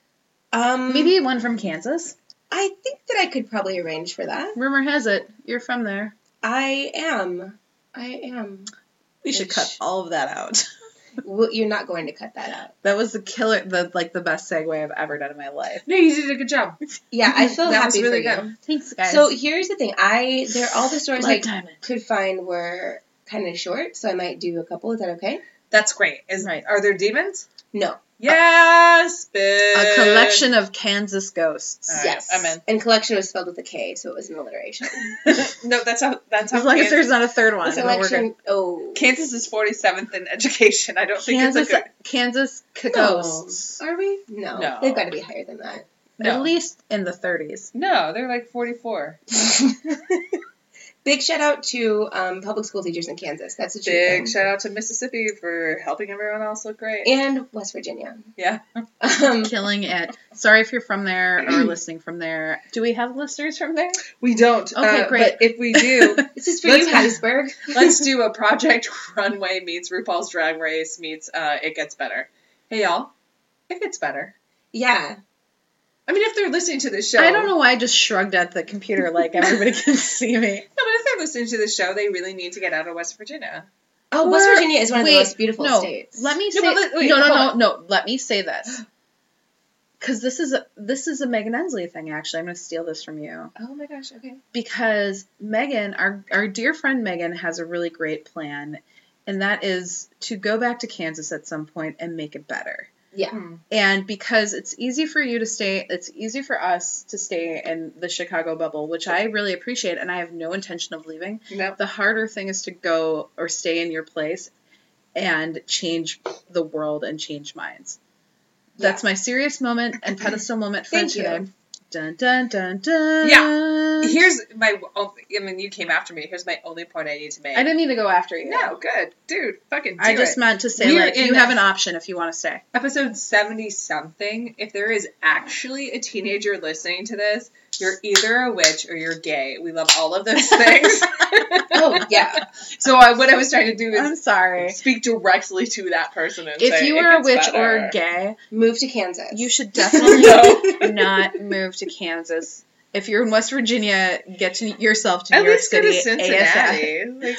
[SPEAKER 3] Um,
[SPEAKER 2] Maybe one from Kansas.
[SPEAKER 3] I think that I could probably arrange for that.
[SPEAKER 2] Rumor has it you're from there.
[SPEAKER 3] I am. I am.
[SPEAKER 2] We should cut all of that out.
[SPEAKER 3] Well, you're not going to cut that out.
[SPEAKER 2] That was the killer, the like the best segue I've ever done in my life.
[SPEAKER 1] No, you did a good job.
[SPEAKER 3] Yeah, I feel
[SPEAKER 1] That was
[SPEAKER 3] happy
[SPEAKER 1] really
[SPEAKER 3] for you.
[SPEAKER 1] good.
[SPEAKER 2] Thanks, guys.
[SPEAKER 3] So here's the thing. I there all the stories I
[SPEAKER 2] Blood diamond.
[SPEAKER 3] could find were kind of short, so I might do a couple. Is that okay?
[SPEAKER 1] That's great. Is
[SPEAKER 2] Right.
[SPEAKER 1] are there demons?
[SPEAKER 3] No.
[SPEAKER 1] Yes,
[SPEAKER 2] A
[SPEAKER 1] bitch.
[SPEAKER 2] collection of Kansas ghosts.
[SPEAKER 1] All right,
[SPEAKER 3] yes.
[SPEAKER 1] I'm in.
[SPEAKER 3] And collection was spelled with a K, so it was an alliteration.
[SPEAKER 1] no, that's how. That's how.
[SPEAKER 2] As long as
[SPEAKER 1] Kansas,
[SPEAKER 2] there's not a third one,
[SPEAKER 3] It's
[SPEAKER 2] then we're good.
[SPEAKER 3] election. Oh.
[SPEAKER 1] Kansas is 47th in education. I don't think
[SPEAKER 2] Kansas,
[SPEAKER 1] it's a good.
[SPEAKER 2] Kansas c-
[SPEAKER 3] No.
[SPEAKER 2] ghosts.
[SPEAKER 3] Are we? No.
[SPEAKER 1] No.
[SPEAKER 3] They've got to be higher than that.
[SPEAKER 2] At least in the 30s.
[SPEAKER 1] No, they're like 44.
[SPEAKER 3] Big shout out to um, public school teachers in Kansas. That's a true
[SPEAKER 1] Big
[SPEAKER 3] thing.
[SPEAKER 1] shout out to Mississippi for helping everyone else look great.
[SPEAKER 3] and West Virginia.
[SPEAKER 1] Yeah.
[SPEAKER 3] Um,
[SPEAKER 2] Killing it. Sorry if you're from there or listening from there. Do we have listeners from there?
[SPEAKER 1] We don't.
[SPEAKER 2] Okay,
[SPEAKER 1] uh,
[SPEAKER 2] great.
[SPEAKER 1] But if we do,
[SPEAKER 3] this is for
[SPEAKER 1] Let's-
[SPEAKER 3] you, Hattiesburg.
[SPEAKER 1] let's do a Project Runway meets RuPaul's Drag Race meets uh, It Gets Better. Hey, y'all. It gets better.
[SPEAKER 3] yeah.
[SPEAKER 1] I mean, if they're listening to this show,
[SPEAKER 2] I don't know why I just shrugged at the computer like everybody can see me.
[SPEAKER 1] No, but if they're listening to this show, they really need to get out of West Virginia.
[SPEAKER 3] Oh, West
[SPEAKER 2] Or-
[SPEAKER 3] Virginia is one of
[SPEAKER 2] wait,
[SPEAKER 3] the most beautiful
[SPEAKER 2] no,
[SPEAKER 3] states.
[SPEAKER 2] Let
[SPEAKER 1] No,
[SPEAKER 2] me say
[SPEAKER 1] but let- wait,
[SPEAKER 2] no, no,
[SPEAKER 1] hold
[SPEAKER 2] no, no. Let me say this because this is a this is a Megan Ensley thing. Actually, I'm going to steal this from you
[SPEAKER 3] Oh my gosh. Okay.
[SPEAKER 2] because Megan, our our dear friend Megan, has a really great plan, and that is to go back to Kansas at some point and make it better.
[SPEAKER 3] Yeah.
[SPEAKER 2] And because it's easy for you to stay, it's easy for us to stay in the Chicago bubble, which I really appreciate, and I have no intention of leaving.
[SPEAKER 1] No.
[SPEAKER 2] The harder thing is to go or stay in your place and change the world and change minds. That's my serious moment and pedestal moment for
[SPEAKER 3] Thank
[SPEAKER 2] today. Dun dun dun dun. Mm-hmm.
[SPEAKER 1] Yeah. Here's my. I mean, you came after me. Here's my only point I need to make.
[SPEAKER 2] I didn't mean to go after you.
[SPEAKER 1] No, good, dude. Fucking. Do
[SPEAKER 2] I just
[SPEAKER 1] it.
[SPEAKER 2] meant to say
[SPEAKER 1] We're
[SPEAKER 2] like
[SPEAKER 1] in
[SPEAKER 2] you
[SPEAKER 1] a-
[SPEAKER 2] have an option if you want to stay.
[SPEAKER 1] episode seventy something. If there is actually a teenager listening to this, you're either a witch or you're gay. We love all of those things.
[SPEAKER 3] Oh yeah.
[SPEAKER 1] so I, what I was trying to do
[SPEAKER 2] I'm
[SPEAKER 1] is
[SPEAKER 2] sorry.
[SPEAKER 1] speak directly to that person and
[SPEAKER 2] If
[SPEAKER 1] say,
[SPEAKER 2] you
[SPEAKER 1] "It
[SPEAKER 2] were a
[SPEAKER 1] gets
[SPEAKER 2] witch or
[SPEAKER 1] better."
[SPEAKER 2] gay,
[SPEAKER 3] Move to Kansas.
[SPEAKER 2] you should definitely
[SPEAKER 1] No.
[SPEAKER 2] not move to Kansas. If you're in West Virginia, get to yourself to
[SPEAKER 1] At
[SPEAKER 2] New York
[SPEAKER 1] least go to
[SPEAKER 2] City. ASAP.
[SPEAKER 1] Cincinnati. Like,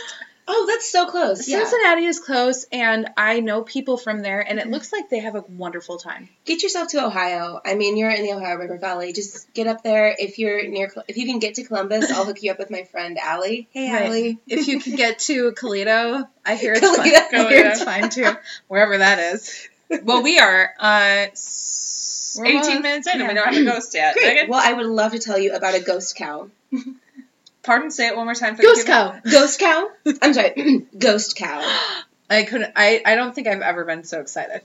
[SPEAKER 3] Oh, that's so close. Yeah.
[SPEAKER 2] Cincinnati is close, and I know people from there, and
[SPEAKER 3] Mm-hmm.
[SPEAKER 2] it looks like they have a wonderful time.
[SPEAKER 3] Get yourself to Ohio. I mean, you're in the Ohio River Valley. Just get up there. If you're near, Col- if you can get to Columbus, I'll hook you up with my friend Allie. Hey,
[SPEAKER 2] Right.
[SPEAKER 3] Allie.
[SPEAKER 2] If you can get to Toledo, I hear it's
[SPEAKER 3] Toledo.
[SPEAKER 2] fun. I hear it's fine too, wherever that is.
[SPEAKER 1] well, we are uh, s-
[SPEAKER 2] We're
[SPEAKER 1] 18
[SPEAKER 2] almost-
[SPEAKER 1] minutes in, and
[SPEAKER 2] yeah.
[SPEAKER 1] we don't have a ghost yet.
[SPEAKER 3] Great.
[SPEAKER 1] Megan,
[SPEAKER 3] Well, I would love to tell you about a ghost cow.
[SPEAKER 1] pardon, say it one more time for
[SPEAKER 2] Goose
[SPEAKER 1] the people.
[SPEAKER 2] cow.
[SPEAKER 3] Ghost cow? I'm sorry. ghost cow.
[SPEAKER 2] I couldn't. I, I don't think I've ever been so excited.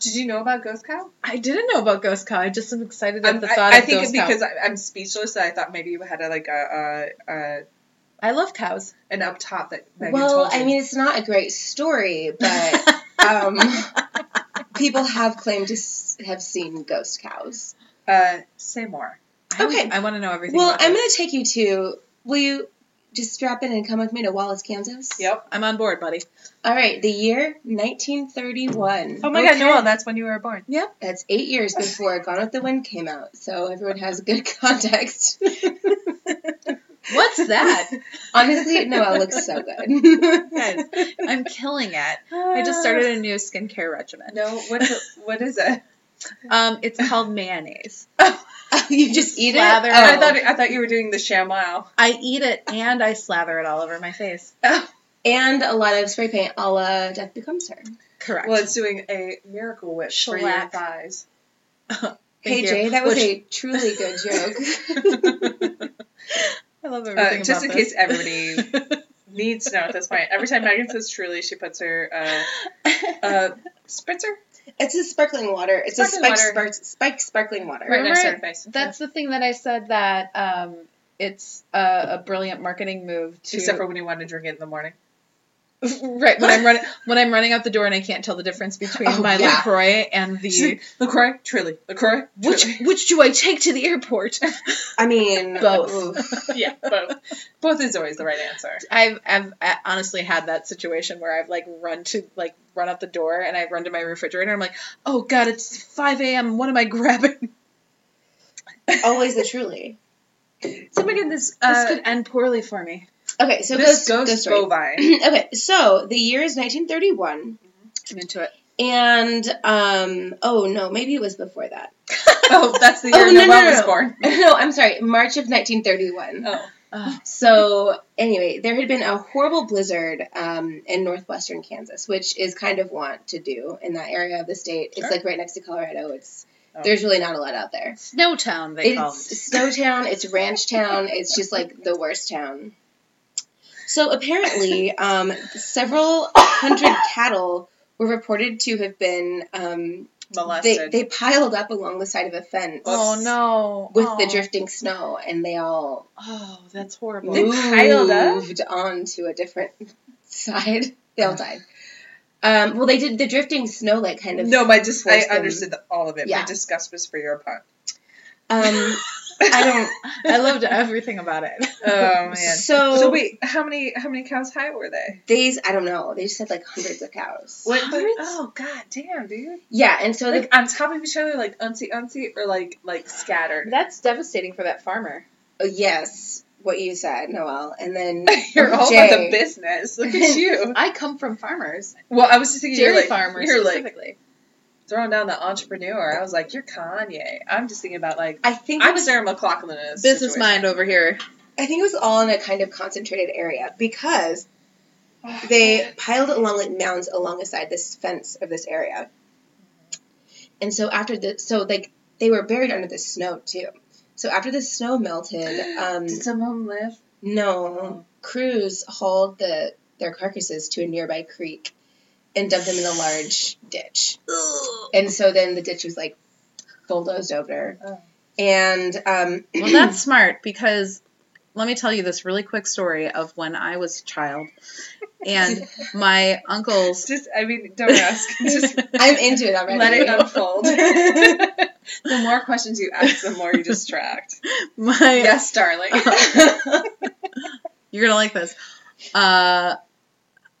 [SPEAKER 1] Did you know about ghost cow?
[SPEAKER 2] I didn't know about Ghost Cow. I just am excited at
[SPEAKER 1] I'm-
[SPEAKER 2] the
[SPEAKER 1] I,
[SPEAKER 2] thought
[SPEAKER 1] I
[SPEAKER 2] of
[SPEAKER 1] think
[SPEAKER 2] Ghost
[SPEAKER 1] it's because
[SPEAKER 2] Cow.
[SPEAKER 1] I, I'm speechless. That I thought maybe you had a, like a, a, a
[SPEAKER 2] I love cows.
[SPEAKER 1] an up top that. Megan
[SPEAKER 3] Well,
[SPEAKER 1] told you.
[SPEAKER 3] I mean, it's not a great story, but um, people have claimed to s- have seen ghost cows.
[SPEAKER 1] uh, say more.
[SPEAKER 2] I-
[SPEAKER 3] okay.
[SPEAKER 2] I, want to know everything.
[SPEAKER 3] Well,
[SPEAKER 2] about
[SPEAKER 3] I'm
[SPEAKER 2] this.
[SPEAKER 3] going to take you to. Will you Just strap in and come with me to Wallace, Kansas.
[SPEAKER 1] Yep.
[SPEAKER 2] I'm on board, buddy.
[SPEAKER 3] All right, the year 1931.
[SPEAKER 4] Oh my God,
[SPEAKER 2] Okay.
[SPEAKER 4] Noel, that's when you were born.
[SPEAKER 3] That's eight years before Gone with the Wind came out, so everyone has good context.
[SPEAKER 2] What's that?
[SPEAKER 3] Honestly, Noelle looks so good.
[SPEAKER 2] Guys, I'm killing it. I just started a new skincare regimen.
[SPEAKER 1] Ah. No, what is what is it?
[SPEAKER 2] Um, it's called mayonnaise.
[SPEAKER 3] you just eat
[SPEAKER 2] Slather.
[SPEAKER 3] it.
[SPEAKER 1] I
[SPEAKER 3] Oh.
[SPEAKER 1] thought I thought you were doing the chamois.
[SPEAKER 2] I eat it and I slather it all over my face.
[SPEAKER 3] and a lot of spray paint, a la Death Becomes Her.
[SPEAKER 2] Correct.
[SPEAKER 1] Well, it's doing a miracle whip for your
[SPEAKER 2] Shellac.
[SPEAKER 1] thighs.
[SPEAKER 3] Hey
[SPEAKER 2] Thank
[SPEAKER 3] Jay,
[SPEAKER 2] you.
[SPEAKER 3] that was
[SPEAKER 2] Which-
[SPEAKER 3] a truly good joke.
[SPEAKER 2] I love everything
[SPEAKER 1] Uh, just in
[SPEAKER 2] about
[SPEAKER 1] case
[SPEAKER 2] this.
[SPEAKER 1] everybody needs to know at this point, every time Megan says "truly," she puts her uh, uh, spritzer
[SPEAKER 3] it's a sparkling water. It's
[SPEAKER 1] Sparkling
[SPEAKER 3] a spike,
[SPEAKER 1] water.
[SPEAKER 3] spark- spike sparkling water.
[SPEAKER 1] right next to her
[SPEAKER 2] Remember,
[SPEAKER 1] face.
[SPEAKER 2] That's the thing that I said that um, it's a, a brilliant marketing move to
[SPEAKER 1] except for when you want to drink it in the morning.
[SPEAKER 2] right when I'm running when I'm running out the door and I can't tell the difference between
[SPEAKER 3] Oh,
[SPEAKER 2] my
[SPEAKER 3] yeah.
[SPEAKER 2] Lacroix and the
[SPEAKER 1] Lacroix, truly, Lacroix,
[SPEAKER 2] which
[SPEAKER 1] Truly.
[SPEAKER 2] which do I take to the airport?
[SPEAKER 3] I mean,
[SPEAKER 2] Both.
[SPEAKER 3] oof.
[SPEAKER 1] yeah, both. Both is always the right answer.
[SPEAKER 2] I've I've I honestly had that situation where I've like run to like run out the door and I run to my refrigerator. I'm like, oh god, it's five a.m. What am I grabbing?
[SPEAKER 3] Always the truly.
[SPEAKER 1] So Megan, this
[SPEAKER 2] this
[SPEAKER 1] uh,
[SPEAKER 2] could end poorly for me.
[SPEAKER 3] Okay, so
[SPEAKER 1] this
[SPEAKER 3] ghost,
[SPEAKER 1] ghost
[SPEAKER 3] story.
[SPEAKER 1] bovine.
[SPEAKER 3] okay, so the year is 1931,
[SPEAKER 2] I'm into it.
[SPEAKER 3] and um, oh no, maybe it was before that.
[SPEAKER 1] oh, that's the year
[SPEAKER 3] Oh, no, no,
[SPEAKER 1] Noel
[SPEAKER 3] no,
[SPEAKER 1] was
[SPEAKER 3] no.
[SPEAKER 1] born.
[SPEAKER 3] no, I'm sorry, March of 1931.
[SPEAKER 1] Oh,
[SPEAKER 2] Ugh.
[SPEAKER 3] So, anyway, there had been a horrible blizzard um, in northwestern Kansas, which is kind of want to do in that area of the state.
[SPEAKER 1] Sure.
[SPEAKER 3] It's like right next to Colorado. It's
[SPEAKER 1] Oh.
[SPEAKER 3] there's really not a lot out there.
[SPEAKER 2] Snowtown, they call it.
[SPEAKER 3] It's Snowtown. It's Ranch Town. It's just like the worst town. So apparently, um, several hundred cattle were reported to have been. Um, they
[SPEAKER 1] molested.
[SPEAKER 3] they piled up along the side of a fence.
[SPEAKER 2] Oh no!
[SPEAKER 3] With
[SPEAKER 2] oh.
[SPEAKER 3] the drifting snow, and they all
[SPEAKER 2] Oh, that's horrible.
[SPEAKER 1] They piled up?
[SPEAKER 3] moved on to a different side. They all died. Um, well, they did the drifting snow, like kind of.
[SPEAKER 1] no, my dis- I
[SPEAKER 3] forced them.
[SPEAKER 1] understood the- all of it. My
[SPEAKER 3] Yeah.
[SPEAKER 1] disgust was for your punt.
[SPEAKER 3] Um, I don't.
[SPEAKER 2] I loved everything about it.
[SPEAKER 1] Oh man.
[SPEAKER 3] So,
[SPEAKER 1] So wait, how many how many cows high were they?
[SPEAKER 3] these, I don't know. They just had like hundreds of cows.
[SPEAKER 2] Hundreds?
[SPEAKER 1] oh god damn, dude!
[SPEAKER 3] Yeah, and so
[SPEAKER 1] Like on top of each other, like unsee unsee, or like like scattered.
[SPEAKER 2] That's devastating for that farmer.
[SPEAKER 3] the, oh, yes, what you said, Noel, and then
[SPEAKER 1] You're all about
[SPEAKER 3] Jay.
[SPEAKER 1] the business. Look at you.
[SPEAKER 2] I come from farmers,
[SPEAKER 1] Well, I was just thinking,
[SPEAKER 2] dairy
[SPEAKER 1] you're like,
[SPEAKER 2] farmers
[SPEAKER 1] you're like
[SPEAKER 2] specifically.
[SPEAKER 1] throwing down the entrepreneur. I was like, you're Kanye. I'm just thinking about like
[SPEAKER 3] I think it
[SPEAKER 1] I'm
[SPEAKER 3] was,
[SPEAKER 1] Sarah McLaughlin in this
[SPEAKER 2] Business
[SPEAKER 1] situation.
[SPEAKER 2] mind over here.
[SPEAKER 3] I think it was all in a kind of concentrated area because
[SPEAKER 1] Oh,
[SPEAKER 3] they piled along like mounds along aside this fence of this area. And so after the so like they were buried under the snow too. So after the snow melted, um,
[SPEAKER 1] Did some of them live?
[SPEAKER 3] no crews hauled the their carcasses to a nearby creek and dumped them in a large ditch. And so then the ditch was like bulldozed over.
[SPEAKER 1] Oh.
[SPEAKER 3] And um,
[SPEAKER 2] Well, that's smart because let me tell you this really quick story of when I was a child and my uncles.
[SPEAKER 1] Just I mean, don't ask. Just
[SPEAKER 3] I'm into it already.
[SPEAKER 1] let it unfold. the more questions you ask, the more you distract.
[SPEAKER 2] my
[SPEAKER 1] yes, darling.
[SPEAKER 2] You're gonna like this. Uh,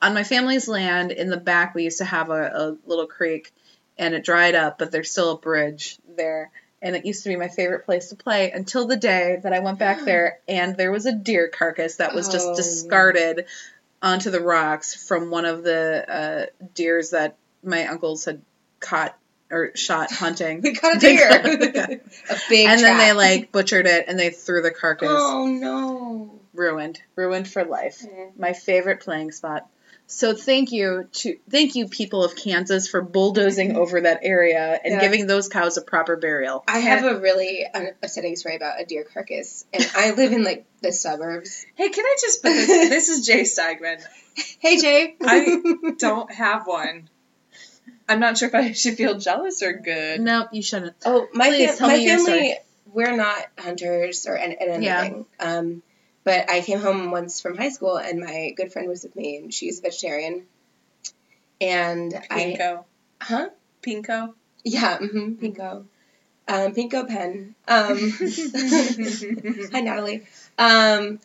[SPEAKER 2] on my family's land in the back, we used to have a, a little creek, and it dried up, but there's still a bridge there. And it used to be my favorite place to play until the day that I went back there, and there was a deer carcass that was just
[SPEAKER 3] Oh.
[SPEAKER 2] discarded onto the rocks from one of the uh, deers that my uncles had caught or shot hunting.
[SPEAKER 3] We got a
[SPEAKER 2] They
[SPEAKER 3] deer.
[SPEAKER 2] got-
[SPEAKER 3] a
[SPEAKER 2] they
[SPEAKER 3] big
[SPEAKER 2] got-
[SPEAKER 3] and
[SPEAKER 2] and then they like butchered it and they threw the carcass
[SPEAKER 3] Oh no.
[SPEAKER 2] ruined ruined for life my favorite playing spot so thank you to thank you people of kansas for bulldozing
[SPEAKER 3] Mm-hmm.
[SPEAKER 2] over that area and
[SPEAKER 1] Yeah.
[SPEAKER 2] giving those cows a proper burial
[SPEAKER 3] I have a really un- upsetting story about a deer carcass, and I live in like the suburbs.
[SPEAKER 1] Hey, can I just put this? This is Jay Steigman.
[SPEAKER 3] Hey Jay,
[SPEAKER 1] I- Don't have one. I'm not sure if I should feel jealous or good.
[SPEAKER 2] nope you shouldn't
[SPEAKER 3] oh my
[SPEAKER 2] Please
[SPEAKER 3] fam-
[SPEAKER 2] tell
[SPEAKER 3] my
[SPEAKER 2] me your
[SPEAKER 3] family
[SPEAKER 2] story.
[SPEAKER 3] we're not hunters or an- and
[SPEAKER 2] Yeah.
[SPEAKER 3] anything. Um, but I came home once from high school, and my good friend was with me, and she's a vegetarian. And I
[SPEAKER 1] Pinko.
[SPEAKER 3] huh
[SPEAKER 1] Pinko.
[SPEAKER 3] yeah hmm pinko,
[SPEAKER 1] Mm-hmm.
[SPEAKER 3] um, pinko pen um. Hi, Natalie. Um,